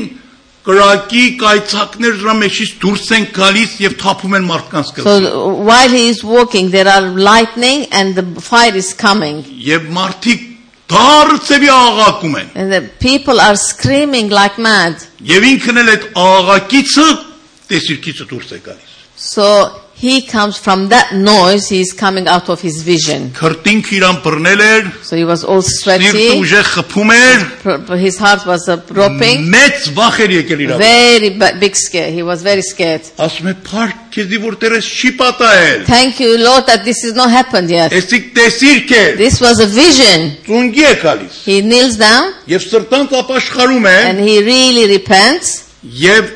Speaker 1: կրակի կայցակներ դրա մեջից դուրս են գալիս եւ թափում են մարդկանց կրծքը։
Speaker 2: So uh, while he is walking, there are lightning and the fire is coming.
Speaker 1: Եվ մարդիկ դարձեւի աղակում են։
Speaker 2: And the people are screaming like mad.
Speaker 1: Եվ ինքն էլ այդ աղակիցը տեսիրքիցը դուրս է գալիս։
Speaker 2: So he comes from that noise, he is coming out of his vision.
Speaker 1: Քրտինք իրան բռնել էր,
Speaker 2: So he was all
Speaker 1: սիրտը
Speaker 2: sweaty,
Speaker 1: ուժեղ խփում էր,
Speaker 2: pr- pr- his heart was uh, dropping,
Speaker 1: մեծ վախ էր եկել իրան։
Speaker 2: very b- big scare. He was very scared.
Speaker 1: Ասում է փարք քեզի որ դերես չի պատահել։
Speaker 2: Thank you, Lord, that this has not happened yet.
Speaker 1: Էսիկ տեսիրք է,
Speaker 2: This was a vision.
Speaker 1: ծունգի է գալիս։
Speaker 2: He kneels down
Speaker 1: Եվ սրտանց ապաշխարում է
Speaker 2: and he really repents.
Speaker 1: եւ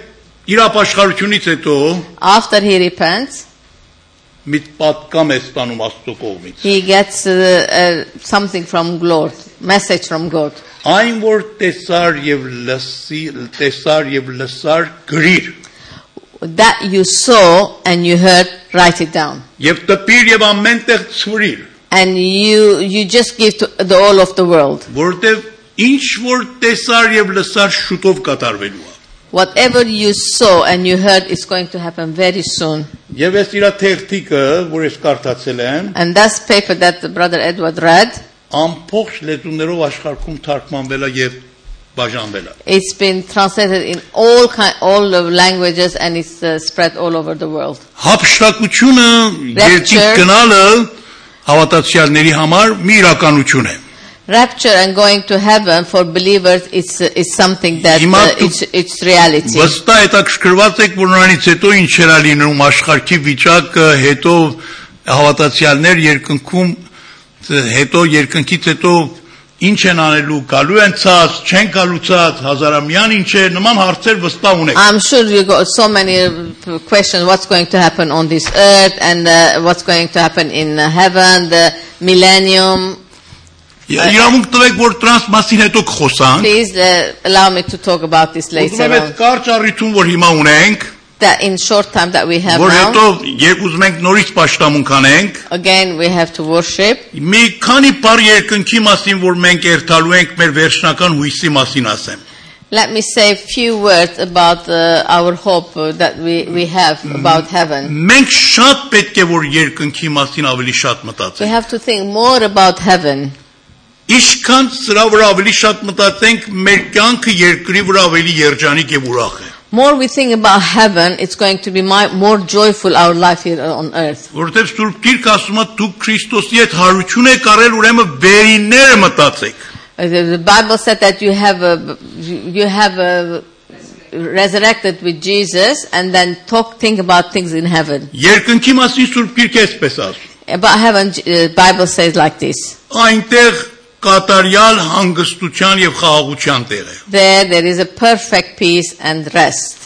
Speaker 1: իր ապաշխարությունից հետո
Speaker 2: After he repents,
Speaker 1: մի պատկամ է ստանում Աստծո կողմից։
Speaker 2: he gets uh, uh, something from Lord, message from God.
Speaker 1: Այն որ տեսար եւ լսի, տեսար եւ լսար գրիր։
Speaker 2: That you saw and you heard, write it down.
Speaker 1: Եվ տպիր եւ ամենտեղ ծուրիր,
Speaker 2: and you you just give to the all of the world
Speaker 1: որտեւ ինչ որ տեսար եւ լսար շուտով կատարվելու է։
Speaker 2: whatever you saw and you heard is going to happen very soon
Speaker 1: Եվ ես իր թերթիկը, որ ես կարդացել եմ,
Speaker 2: and that's paper that the brother edward read
Speaker 1: ամբողջ լեզուներով աշխարհքում թարգմանվել է եւ բաժանվել է։
Speaker 2: it's been translated in all kind all the languages and it's uh, spread all over the world
Speaker 1: Հապշտակությունը երկի
Speaker 2: Rapture.
Speaker 1: գնալը հավատացյալների համար մի իրականություն է։
Speaker 2: rapture and going to heaven for believers it's uh, it's something that
Speaker 1: Հիմա
Speaker 2: uh,
Speaker 1: դու-
Speaker 2: it's it's reality
Speaker 1: Վստահ հետաքրքրված եք, որ նրանից հետո ինչ էր լինում աշխարհի վիճակը, հետո հավատացյալներ երկնքում ց- հետո երկնքից հետո ինչ են անելու, գալու են ցած, չեն գալու ցած, հազարամյան ինչ է, նման հարցեր վստահ ունեք։
Speaker 2: I'm sure you got so many uh, questions. What's going to happen on this earth, and uh, what's going to happen in uh, heaven, the millennium?
Speaker 1: Իրամուկ տվեք, որ տրանս մասին հետո կխոսանք։
Speaker 2: Please uh, allow me to talk about this later
Speaker 1: Ուզում եմ այդ
Speaker 2: on.
Speaker 1: կարճ առիթում, որ հիմա ունենք,
Speaker 2: That in short time that we have
Speaker 1: որ հետո
Speaker 2: now,
Speaker 1: երբ ուզում ենք նորից աշտամունք անենք,
Speaker 2: again we have to worship.
Speaker 1: մի քանի բառ երկնքի մասին, որ մենք երթալու ենք մեր վերջնական հույսի մասին ասեմ։
Speaker 2: Let me say a few words about uh, our hope uh, that we, we have about heaven.
Speaker 1: Մենք շատ պետք է որ երկնքի մասին ավելի շատ
Speaker 2: We
Speaker 1: մտածենք։
Speaker 2: have to think more about heaven.
Speaker 1: Ինչքան սրա վրա ավելի շատ մտածենք, մեր կյանքը երկրի վրա ավելի երջանիկ եւ ուրախ է։
Speaker 2: More we think about heaven, it's going to be my, more joyful our life here on earth.
Speaker 1: Որտեւ Սուրբ Գիրքը ասում է՝ դուք Քրիստոսի հետ հարություն եք արել, ուրեմն վերինները մտածեք։
Speaker 2: Uh, The, the Bible said that you have a, you have a resurrected with Jesus, and then talk, think about things in heaven.
Speaker 1: Երկնքի մասին Սուրբ Գիրքը այսպես ասում։
Speaker 2: About heaven, J- uh, Bible says like this:
Speaker 1: Այնտեղ կատարյալ հանգստության եւ խաղաղության տեղ է
Speaker 2: There, there is a perfect peace and rest.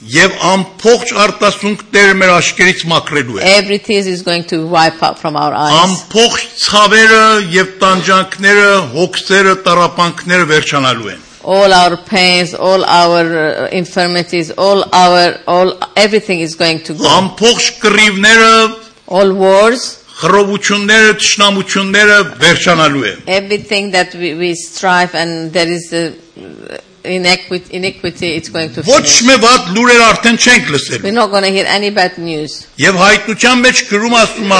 Speaker 1: եւ ամփոխ արտասունք Տեր մեր աչքերից մաքրելու է
Speaker 2: Every tears is going to wipe out from our eyes.
Speaker 1: ամփոխ ցավերը եւ տանջանքները հոգսերը տարապանքները վերջանալու են
Speaker 2: All our pains, all our uh, infirmities, all our, all, everything is going to go.
Speaker 1: ամփոխ կռիվները
Speaker 2: All wars,
Speaker 1: խռովությունները ճշնամությունները վերջանալու է
Speaker 2: everything that we, we strive and there is the inequity, iniquity, it's going to
Speaker 1: ոչ
Speaker 2: finish.
Speaker 1: մի բան լուրեր արդեն չենք
Speaker 2: We're
Speaker 1: լսելու
Speaker 2: not going to hear any bad news.
Speaker 1: եւ հայտության մեջ գրում ասում է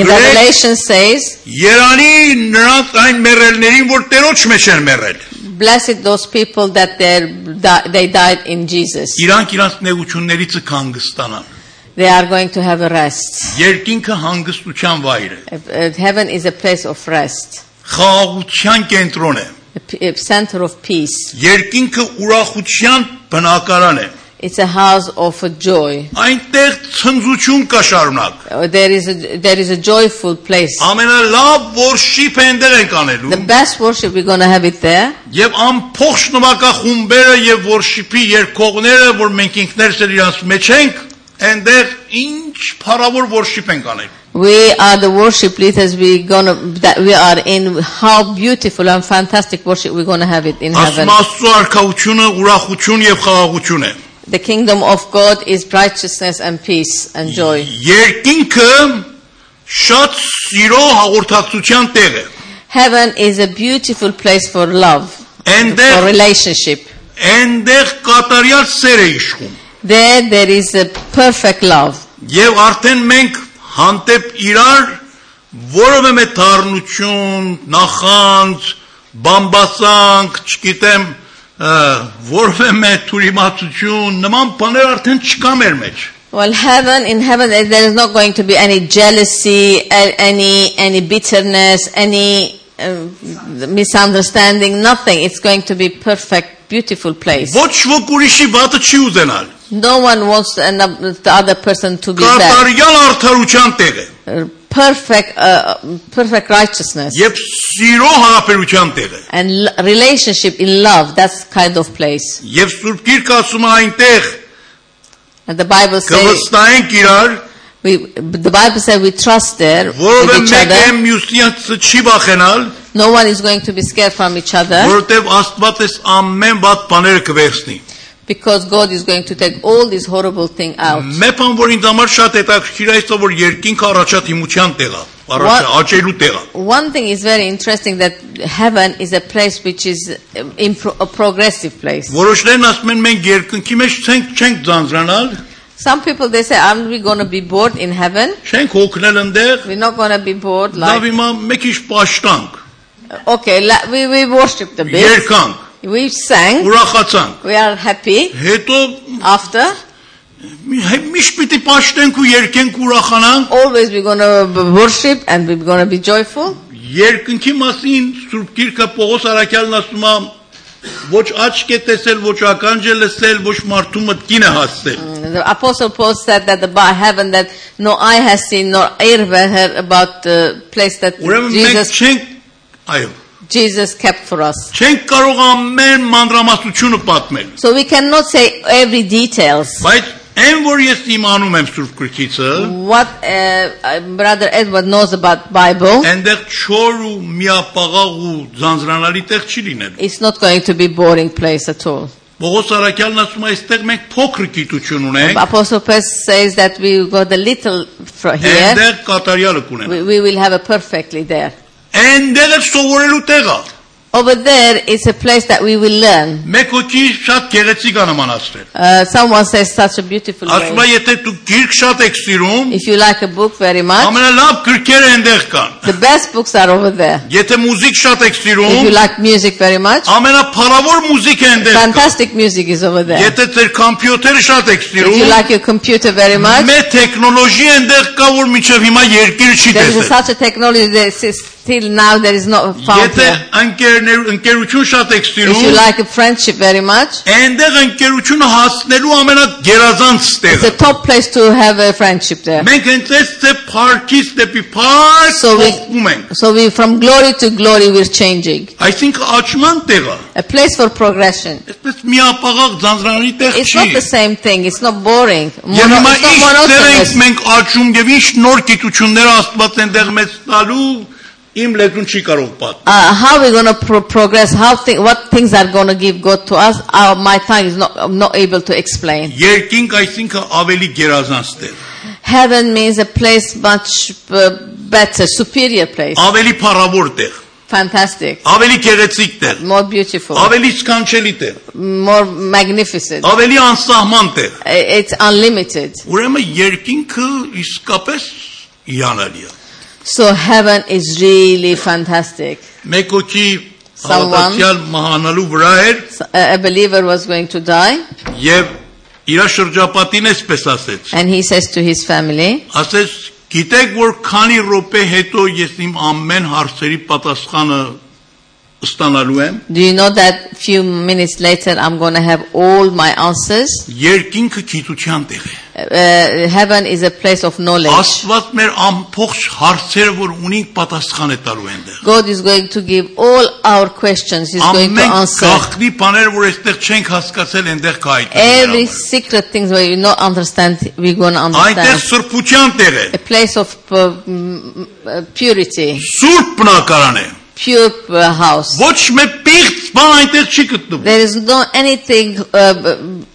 Speaker 2: In
Speaker 1: «Գրեք
Speaker 2: Revelation says,
Speaker 1: Երանի նրանց այն մեռելներին, որ Տերոջ մեջ են մեռել։
Speaker 2: blessed those people that they're di- they died in Jesus.
Speaker 1: Իրանք իրանց նեղություններից կհանգստանան։
Speaker 2: They are going to have a rest.
Speaker 1: Երկինքը հանգստության վայր է,
Speaker 2: Uh, uh, Heaven is a place of rest,
Speaker 1: խաղաղության կենտրոն է,
Speaker 2: a p- a center of peace.
Speaker 1: երկինքը ուրախության բնակարան է։
Speaker 2: It's a house of a joy.
Speaker 1: Այնտեղ ցնծություն կա շարունակ։
Speaker 2: Uh, There is a, there is a joyful place.
Speaker 1: Ah. Ամենալավ worship-ը այնտեղ են
Speaker 2: The
Speaker 1: կանելու
Speaker 2: best worship we're going to have it there.
Speaker 1: եւ ամփոխ նվակախումբերը եւ worship-ի երկողները, որ մենք ինքներս էլ իրանց մեջ ենք, այնտեղ ինչ փառավոր worship են կանելու։
Speaker 2: We are the worship leaders. We gonna that we are in. How beautiful and fantastic worship we're gonna have it in heaven.
Speaker 1: Ասում Աստծո արքայությունը ուրախություն եւ խաղաղություն է։
Speaker 2: The kingdom of God is righteousness and peace and joy.
Speaker 1: Երկինքը շատ սիրո հաղորդակցության տեղ է։
Speaker 2: Heaven is a beautiful place for love,
Speaker 1: And
Speaker 2: for
Speaker 1: there-
Speaker 2: relationship.
Speaker 1: Այնտեղ կատարյալ սեր է իշխում։
Speaker 2: There, there is a perfect love.
Speaker 1: Եվ արդեն մենք հանդեպ իրար որևէ մեթառնություն, նախանձ, բամբասանք, չգիտեմ, ը, որևէ մեթուրիմացություն, նման բաներ արդեն չկա մեր մեջ։
Speaker 2: Well, heaven, in heaven, eh, there is not going to be any jealousy, eh, any, any bitterness, any um, misunderstanding, nothing. It's going to be perfect, beautiful place.
Speaker 1: Ոչ ոք ուրիշի բաթը չի ուզենալ։
Speaker 2: No one wants to end up with the other person to be there.
Speaker 1: Կատարյալ արդարության տեղ է
Speaker 2: Uh, Perfect, uh, uh, perfect righteousness.
Speaker 1: եւ սիրո հարաբերության տեղ է։
Speaker 2: And l- relationship in love, that's kind of place.
Speaker 1: Եվ Սուրբ Գիրքը ասում է այնտեղ
Speaker 2: And the Bible says,
Speaker 1: կհստայենք իրար,
Speaker 2: we, the Bible says we trust there with
Speaker 1: որովհետեւ
Speaker 2: each
Speaker 1: մեկը
Speaker 2: other.
Speaker 1: մյուսնից չի վախենալ,
Speaker 2: No one is going to be scared from each other
Speaker 1: որովհետեւ Աստված էս ամեն բաց բաները կվերցնի։
Speaker 2: because God is going to take all these horrible things out.
Speaker 1: Մեփան որ ինձ համար շատ հետաքրքիր է, այսօր որ երկինքը առաջադիմության տեղ է, առաջ
Speaker 2: What-
Speaker 1: աճելու տեղ է։
Speaker 2: One thing is very interesting that heaven is a place which is um, in pro- a progressive place.
Speaker 1: Որոշներն ասում են մենք երկնքի մեջ չենք չենք ձանձրանալ,
Speaker 2: Some people they say, "Aren't we going to be bored in heaven?
Speaker 1: չենք հոգնել ընդեղ,
Speaker 2: We're not going to be bored."
Speaker 1: լավ
Speaker 2: Like,
Speaker 1: հիմա մեկ ինչ պաշտանք,
Speaker 2: okay, la- we we worshipped a bit,
Speaker 1: երկանք,
Speaker 2: we sang,
Speaker 1: ուրախացանք։
Speaker 2: we are happy.
Speaker 1: Հետո
Speaker 2: After
Speaker 1: մի- միշտ պիտի պաշտենք ու երկենք ու ուրախանանք,
Speaker 2: always we're going to worship and we're going to be joyful.
Speaker 1: Երկնքի մասին Սուրբ Գիրքը Պողոս Արաքյալն ասում է ոչ աչք է տեսել, ոչ ականջ է լսել, ոչ մարդու մտքին է հասել։
Speaker 2: Mm, The Apostle Paul said that about heaven that no eye has seen, nor ear heard about the place that
Speaker 1: Ուրեմն մենք
Speaker 2: Jesus,
Speaker 1: չենք, այո,
Speaker 2: Jesus kept for us.
Speaker 1: չենք կարող ամեն մանրամասնությունը պատմել,
Speaker 2: So we cannot say every details.
Speaker 1: բայց այն որ ես իմանում եմ Սուրբ Գրքիցը,
Speaker 2: What uh, uh, Brother Edward knows about Bible,
Speaker 1: այնտեղ չոր ու միապաղաղ ու ձանձրանալի տեղ չի լինել։
Speaker 2: it's not going to be boring place at all.
Speaker 1: Պողոս Արաքյալն ասում է, այստեղ մենք փոքր գիտություն ունենք,
Speaker 2: Apostle Paul says that we got a little from here,
Speaker 1: այնտեղ կատարյալը կունենք։
Speaker 2: we, we will have a perfectly there.
Speaker 1: Այնտեղ էլ սովորելու տեղ է։
Speaker 2: Over there is a place that we will learn.
Speaker 1: Մեկ ոքի շատ գեղեցիկ է նմանացրել։
Speaker 2: Uh, someone says such a beautiful
Speaker 1: Ասում է,
Speaker 2: way.
Speaker 1: եթե դու գիրք շատ եք սիրում,
Speaker 2: If you like a book very much,
Speaker 1: ամենալավ գրքերը այնտեղ կան։
Speaker 2: The best books are over there.
Speaker 1: Եթե մուզիկ շատ եք
Speaker 2: If you
Speaker 1: սիրում,
Speaker 2: like music very much,
Speaker 1: ամենափառավոր մուզիկը այնտեղ կա։
Speaker 2: fantastic music is over there.
Speaker 1: Եթե ձեր համբյուտերը շատ եք
Speaker 2: If you
Speaker 1: սիրում,
Speaker 2: like your computer very much,
Speaker 1: մեր տեխնոլոգի այնտեղ կա, որ միջև հիմա երկիր չի
Speaker 2: there is
Speaker 1: տեսել։
Speaker 2: such a technology that is still now there is not found
Speaker 1: Եթե
Speaker 2: here.
Speaker 1: անկեր ընկերներ ընկերություն շատ եք
Speaker 2: If you
Speaker 1: սիրում,
Speaker 2: like a friendship very much,
Speaker 1: այնտեղ ընկերությունը հասնելու ամենագերազանց
Speaker 2: it's a
Speaker 1: տեղը։
Speaker 2: top place to have a friendship there.
Speaker 1: Մենք այնտեղ թե փարքից դեպի փարք
Speaker 2: So we-
Speaker 1: փոխվում ենք։
Speaker 2: So we from glory to glory we're changing.
Speaker 1: Այսինքն աճման տեղը,
Speaker 2: A place for progression.
Speaker 1: այսպես միապաղաղ ձանձրանալի տեղ
Speaker 2: It's
Speaker 1: չի։
Speaker 2: not the same thing. It's not boring. Mono-
Speaker 1: Եվ հիմա
Speaker 2: it's
Speaker 1: ինչ
Speaker 2: not
Speaker 1: դերենք
Speaker 2: monotonous.
Speaker 1: մենք աճում եւ ինչ նոր գիտություններ Աստված այնտեղ մեզ տալու իմ լեզուն չի կարող պատմել։
Speaker 2: Uh, how we're going to pro- progress? How thi- what things are going to give God to us? Our, my tongue is not I'm not able to explain.
Speaker 1: Երկինք այսինքն ավելի գերազանց տեղ,
Speaker 2: Heaven means a place much uh, better, superior place.
Speaker 1: ավելի փառավոր տեղ,
Speaker 2: Fantastic,
Speaker 1: ավելի գեղեցիկ տեղ,
Speaker 2: more beautiful,
Speaker 1: ավելի սքանչելի տեղ,
Speaker 2: more magnificent.
Speaker 1: ավելի անսահման տեղ։
Speaker 2: It's unlimited.
Speaker 1: Ուրեմն երկինքը իսկապես հիանալի է։
Speaker 2: So heaven is really fantastic.
Speaker 1: Մեկ օքի
Speaker 2: Someone-
Speaker 1: հավատացյալ մահանալու վրա էր
Speaker 2: So, a a believer was going to die,
Speaker 1: եւ իր շրջապատին էսպես ասեց.
Speaker 2: and he says to his family,
Speaker 1: Ասես, գիտեք որ քանի րոպե հետո ես իմ ամեն հարցերի պատասխանը ստանալու եմ։
Speaker 2: Do you know that few minutes later I'm going to have all my answers?
Speaker 1: Երկինքը գիտության տեղ է։
Speaker 2: Uh, heaven is a place of knowledge.
Speaker 1: Աստված մեր ամբողջ հարցերը որ ունենք պատասխան է տալու այնտեղ։
Speaker 2: God is going to give all our questions. He's going to
Speaker 1: Ամեն
Speaker 2: answer
Speaker 1: գաղտնի բաներ որ այստեղ չենք հասկացել այնտեղ
Speaker 2: every
Speaker 1: կհայտնվի։
Speaker 2: secret things where you not understand. We're going to
Speaker 1: Այնտեղ
Speaker 2: understand.
Speaker 1: սրբության տեղ է։
Speaker 2: A place of uh, mm, uh, purity,
Speaker 1: Սուրբ բնակարան է։
Speaker 2: pure uh, house.
Speaker 1: Ոչ մի պիղծ բան այնտեղ չի գտնվում։
Speaker 2: There is no anything uh,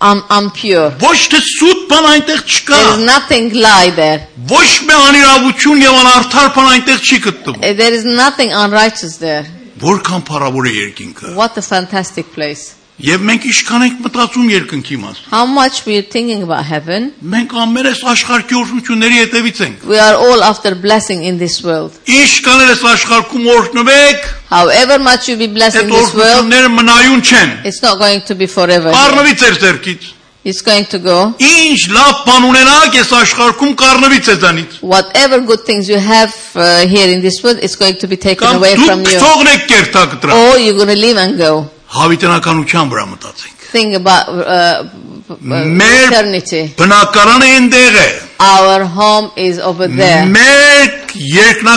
Speaker 2: un- unpure.
Speaker 1: Ոչ թե սուտ բան այնտեղ չկա։
Speaker 2: There is nothing lie there.
Speaker 1: Ոչ մի անիրավություն եւ անարդար բան այնտեղ չի գտնվում։
Speaker 2: Uh, There is nothing unrighteous there.
Speaker 1: Որքան փառավոր է երկինքը։
Speaker 2: What a fantastic place.
Speaker 1: Եվ մենք ինչքան ենք մտածում երկնքի մասին։
Speaker 2: How much we are thinking about heaven.
Speaker 1: Մենք ամենես աշխարհի օրհնությունների հետևից ենք։
Speaker 2: We are all after blessing in this world.
Speaker 1: Ինչքան էլ այս աշխարհքում օրհնվեք,
Speaker 2: However much you be blessed in
Speaker 1: այդ
Speaker 2: this world,
Speaker 1: օրհնությունները մնայուն չեն։
Speaker 2: it's not going to be forever.
Speaker 1: Կառնվի ձեր ձեռքից։
Speaker 2: It's going to go.
Speaker 1: Ինչ լավ բան ունենաք այս աշխարհքում կառնվի ձեզանից։
Speaker 2: Whatever good things you have uh, here in this world, it's going to be taken
Speaker 1: Կամ
Speaker 2: away from
Speaker 1: դուք
Speaker 2: you.
Speaker 1: թողնեք կերտակտրա։
Speaker 2: Or you're going to leave and go.
Speaker 1: Հավիտենականության վրա մտածենք։
Speaker 2: Think about uh, uh,
Speaker 1: Մեր
Speaker 2: eternity.
Speaker 1: բնակարանը այնտեղ է։
Speaker 2: Our home is over there.
Speaker 1: Մենք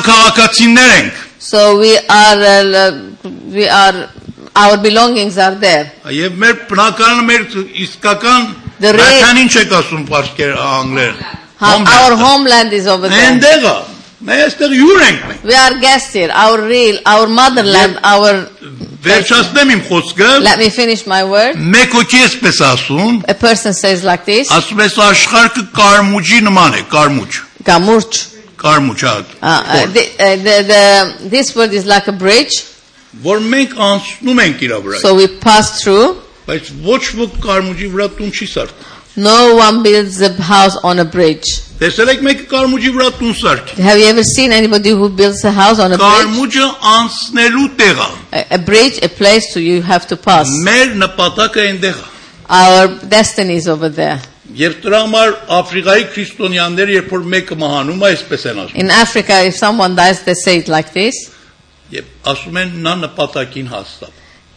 Speaker 1: երկնակաղակացիներ ենք։
Speaker 2: So we are, uh, we are, our belongings are there.
Speaker 1: Եվ մեր բնակարանը մեր իսկական
Speaker 2: The re-
Speaker 1: բնական ինչ եք ասում պարսկեր անգլեր։
Speaker 2: Our, our homeland is over there.
Speaker 1: Այնտեղը մենք այստեղ յուր ենք մենք։
Speaker 2: We are guests here, our real, our motherland, our.
Speaker 1: Վերջացնեմ իմ խոսքը։
Speaker 2: Let me finish my word.
Speaker 1: Մեկ օքի էսպես ասում,
Speaker 2: A person says like this.
Speaker 1: ասում ես աշխարհը կարմուճի նման է, կարմուճ։
Speaker 2: Gamurch.
Speaker 1: Կարմուճ հա։
Speaker 2: Uh, uh, the, uh, the, the, this word is like a bridge,
Speaker 1: Որ մենք անցնում ենք իր վրա,
Speaker 2: so we pass through.
Speaker 1: բայց ոչ ոք կարմուճի վրա տուն չի սարքում։
Speaker 2: No one builds a house on a bridge.
Speaker 1: Տեսել եք մեկը կարմուճի վրա տուն սարքի։
Speaker 2: Have you ever seen anybody who builds a house on a bridge?
Speaker 1: Կարմուճը անցնելու տեղ է։
Speaker 2: A, a bridge, a place to you have to pass.
Speaker 1: Մեր նպատակը այնտեղ է։
Speaker 2: Our destiny is over there.
Speaker 1: Եվ դրա համար Աֆրիկայի քրիստոնյաները երբ որ մեկը մահանում է, այսպես են ասում։
Speaker 2: In Africa, if someone dies, they say it like this.
Speaker 1: Եվ ասում են նա նպատակին հասավ։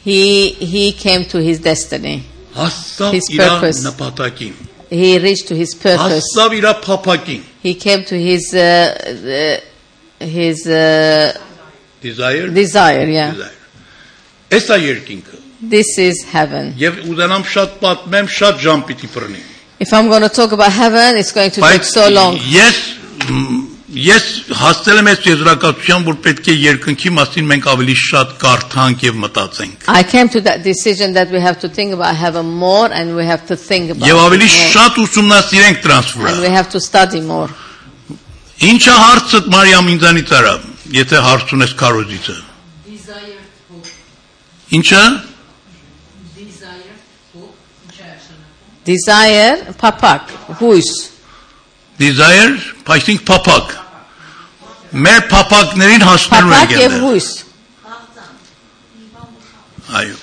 Speaker 2: He, he came to his destiny.
Speaker 1: Հասավ
Speaker 2: His
Speaker 1: իր
Speaker 2: purpose.
Speaker 1: նպատակին։
Speaker 2: He reached to his purpose.
Speaker 1: Հասավ իր փափակին։
Speaker 2: He came to his uh, uh, his uh,
Speaker 1: Desire,
Speaker 2: desire. Yeah,
Speaker 1: desire։ Էսա երկինքը։
Speaker 2: this is heaven.
Speaker 1: Եվ ուզանամ շատ պատմեմ, շատ ժամ պիտի բռնի։
Speaker 2: If I'm going to talk about heaven, it's going to take so long.
Speaker 1: ես մ, ես հասել եմ այս եզրակացության, որ պետք է երկնքի մասին մենք ավելի շատ կարդանք եւ մտածենք։
Speaker 2: I came to that decision that we have to think about heaven more, and we have to think about
Speaker 1: Եվ ավելի
Speaker 2: it
Speaker 1: շատ ուսումնասիրենք դրանց
Speaker 2: more,
Speaker 1: վրա։
Speaker 2: and we have to study more.
Speaker 1: Ինչը հարցդ Մարիամ ինձանից արա, եթե հարց ունես քարոզիցը։
Speaker 3: desired hope,
Speaker 1: Ինչը
Speaker 3: desired hope, içerisine.
Speaker 2: Desire, papak, huis.
Speaker 1: desire, փայտին փապակ։ Մեր փապակներին հասնելու
Speaker 2: Papak
Speaker 1: ենք այնտեղ։
Speaker 2: եւ հույս։
Speaker 1: Այո։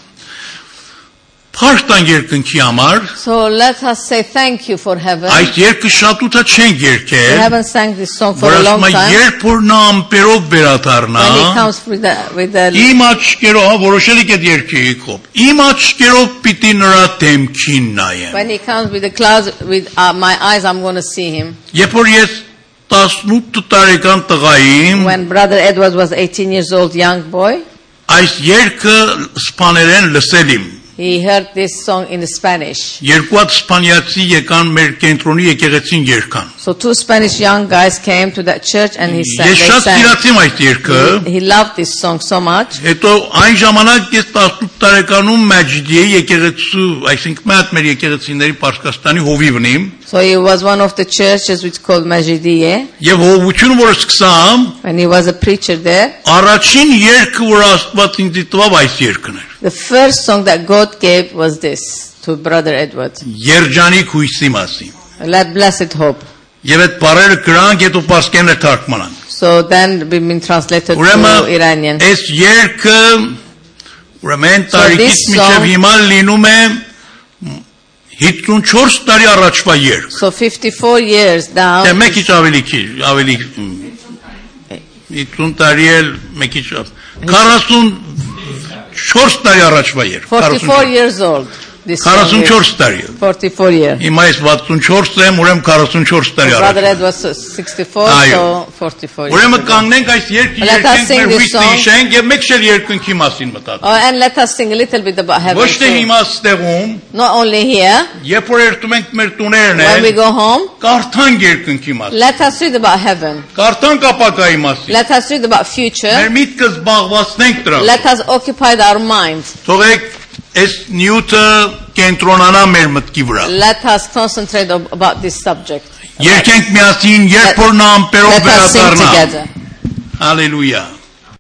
Speaker 1: Փարք տան երկնքի համար,
Speaker 2: So let us say thank you for heaven.
Speaker 1: այս երկը շատուտա չեն
Speaker 2: We
Speaker 1: երկել,
Speaker 2: haven't sang this song for
Speaker 1: որ
Speaker 2: a long
Speaker 1: ասում է
Speaker 2: time.
Speaker 1: երբ որ նա ամպերով վերադառնա,
Speaker 2: When it comes with the, with the
Speaker 1: իմ աչքերով, հա, որոշել եք այդ երկի կոպ, իմ աչքերով պիտի նրա դեմքին նայեմ։
Speaker 2: when he comes with the clouds with uh, my eyes, I'm going to see him.
Speaker 1: Երբ որ ես 18 տարեկան տղայիմ
Speaker 2: When brother Edward was 18 years old, young boy,
Speaker 1: այս երգը սպաներեն լսել իմ։
Speaker 2: he heard this song in Spanish.
Speaker 1: Երկու հատ սպանիացի եկան մեր կենտրոնի եկեղեցին երգան։
Speaker 2: So two Spanish young guys came to that church and he sang.
Speaker 1: Ես
Speaker 2: They
Speaker 1: շատ
Speaker 2: sang.
Speaker 1: սիրացիմ այդ երգը։
Speaker 2: He, he loved this song so much.
Speaker 1: Հետո այն ժամանակ ես 18 տարեկանում Մաջիդիե եկեղեցու, այսինքն մատ մեր եկեղեցիների Պարսկաստանի հովիվն իմ,
Speaker 2: So he was one of the churches which called Majidiye.
Speaker 1: եւ հովություն որ սկսամ,
Speaker 2: When he was a preacher there,
Speaker 1: առաջին երգը որ Աստված ինձ տվավ այս երգն էր։
Speaker 2: the first song that God gave was this to brother Edward.
Speaker 1: Երջանիկ հույսի մասին։
Speaker 2: Let blessed hope.
Speaker 1: Եվ այդ բառերը գրանք հետո Պարսկենը թարգմանան։
Speaker 2: So then we've been translated to Iranian.
Speaker 1: Ուրեմն այս երգը ուրեմն տարիքից
Speaker 2: this
Speaker 1: մինչև
Speaker 2: song-
Speaker 1: հիմա լինում է 54 տարի առաջվա երգ։
Speaker 2: So 54 years now.
Speaker 1: Դե մեկից ավելի քիչ, ավելի մ, 50 տարի էլ մեկից շա- 44 տարի առաջվա երգ։
Speaker 2: 44 years old. This song is.
Speaker 1: 44 տարի։
Speaker 2: 44 years.
Speaker 1: Հիմա ես 64 եմ, ուրեմն 44 տարի
Speaker 2: Brother
Speaker 1: առաջ։
Speaker 2: Ed was 64, so
Speaker 1: Այո.
Speaker 2: 44 years.
Speaker 1: Ուրեմն
Speaker 2: old.
Speaker 1: կանգնենք այս երգի
Speaker 2: Let us
Speaker 1: երկենք
Speaker 2: sing
Speaker 1: մեր
Speaker 2: this
Speaker 1: հույսը
Speaker 2: song.
Speaker 1: հիշենք եւ մեկ շել երկնքի մասին մտածենք։
Speaker 2: Oh, and let us sing a little bit about heaven.
Speaker 1: Ոչ թե
Speaker 2: too.
Speaker 1: հիմա ստեղում
Speaker 2: Not only here,
Speaker 1: Երբ որ երթում ենք մեր տուներն
Speaker 2: when we
Speaker 1: են,
Speaker 2: go home,
Speaker 1: կարդանք երկնքի մասին,
Speaker 2: let us read about heaven.
Speaker 1: կարդանք ապագայի մասին։
Speaker 2: Let us read about future.
Speaker 1: Մեր միտքը զբաղվածնենք դրան։
Speaker 2: Let us occupy our minds.
Speaker 1: Թողեք այս նյութը կենտրոնանա մեր մտքի վրա։
Speaker 2: Let us concentrate ob- about this subject.
Speaker 1: Երկենք միասին, երբ որ նա ամպերով
Speaker 2: Let us sing
Speaker 1: վերադառնա։
Speaker 2: together.
Speaker 1: Հալելույա։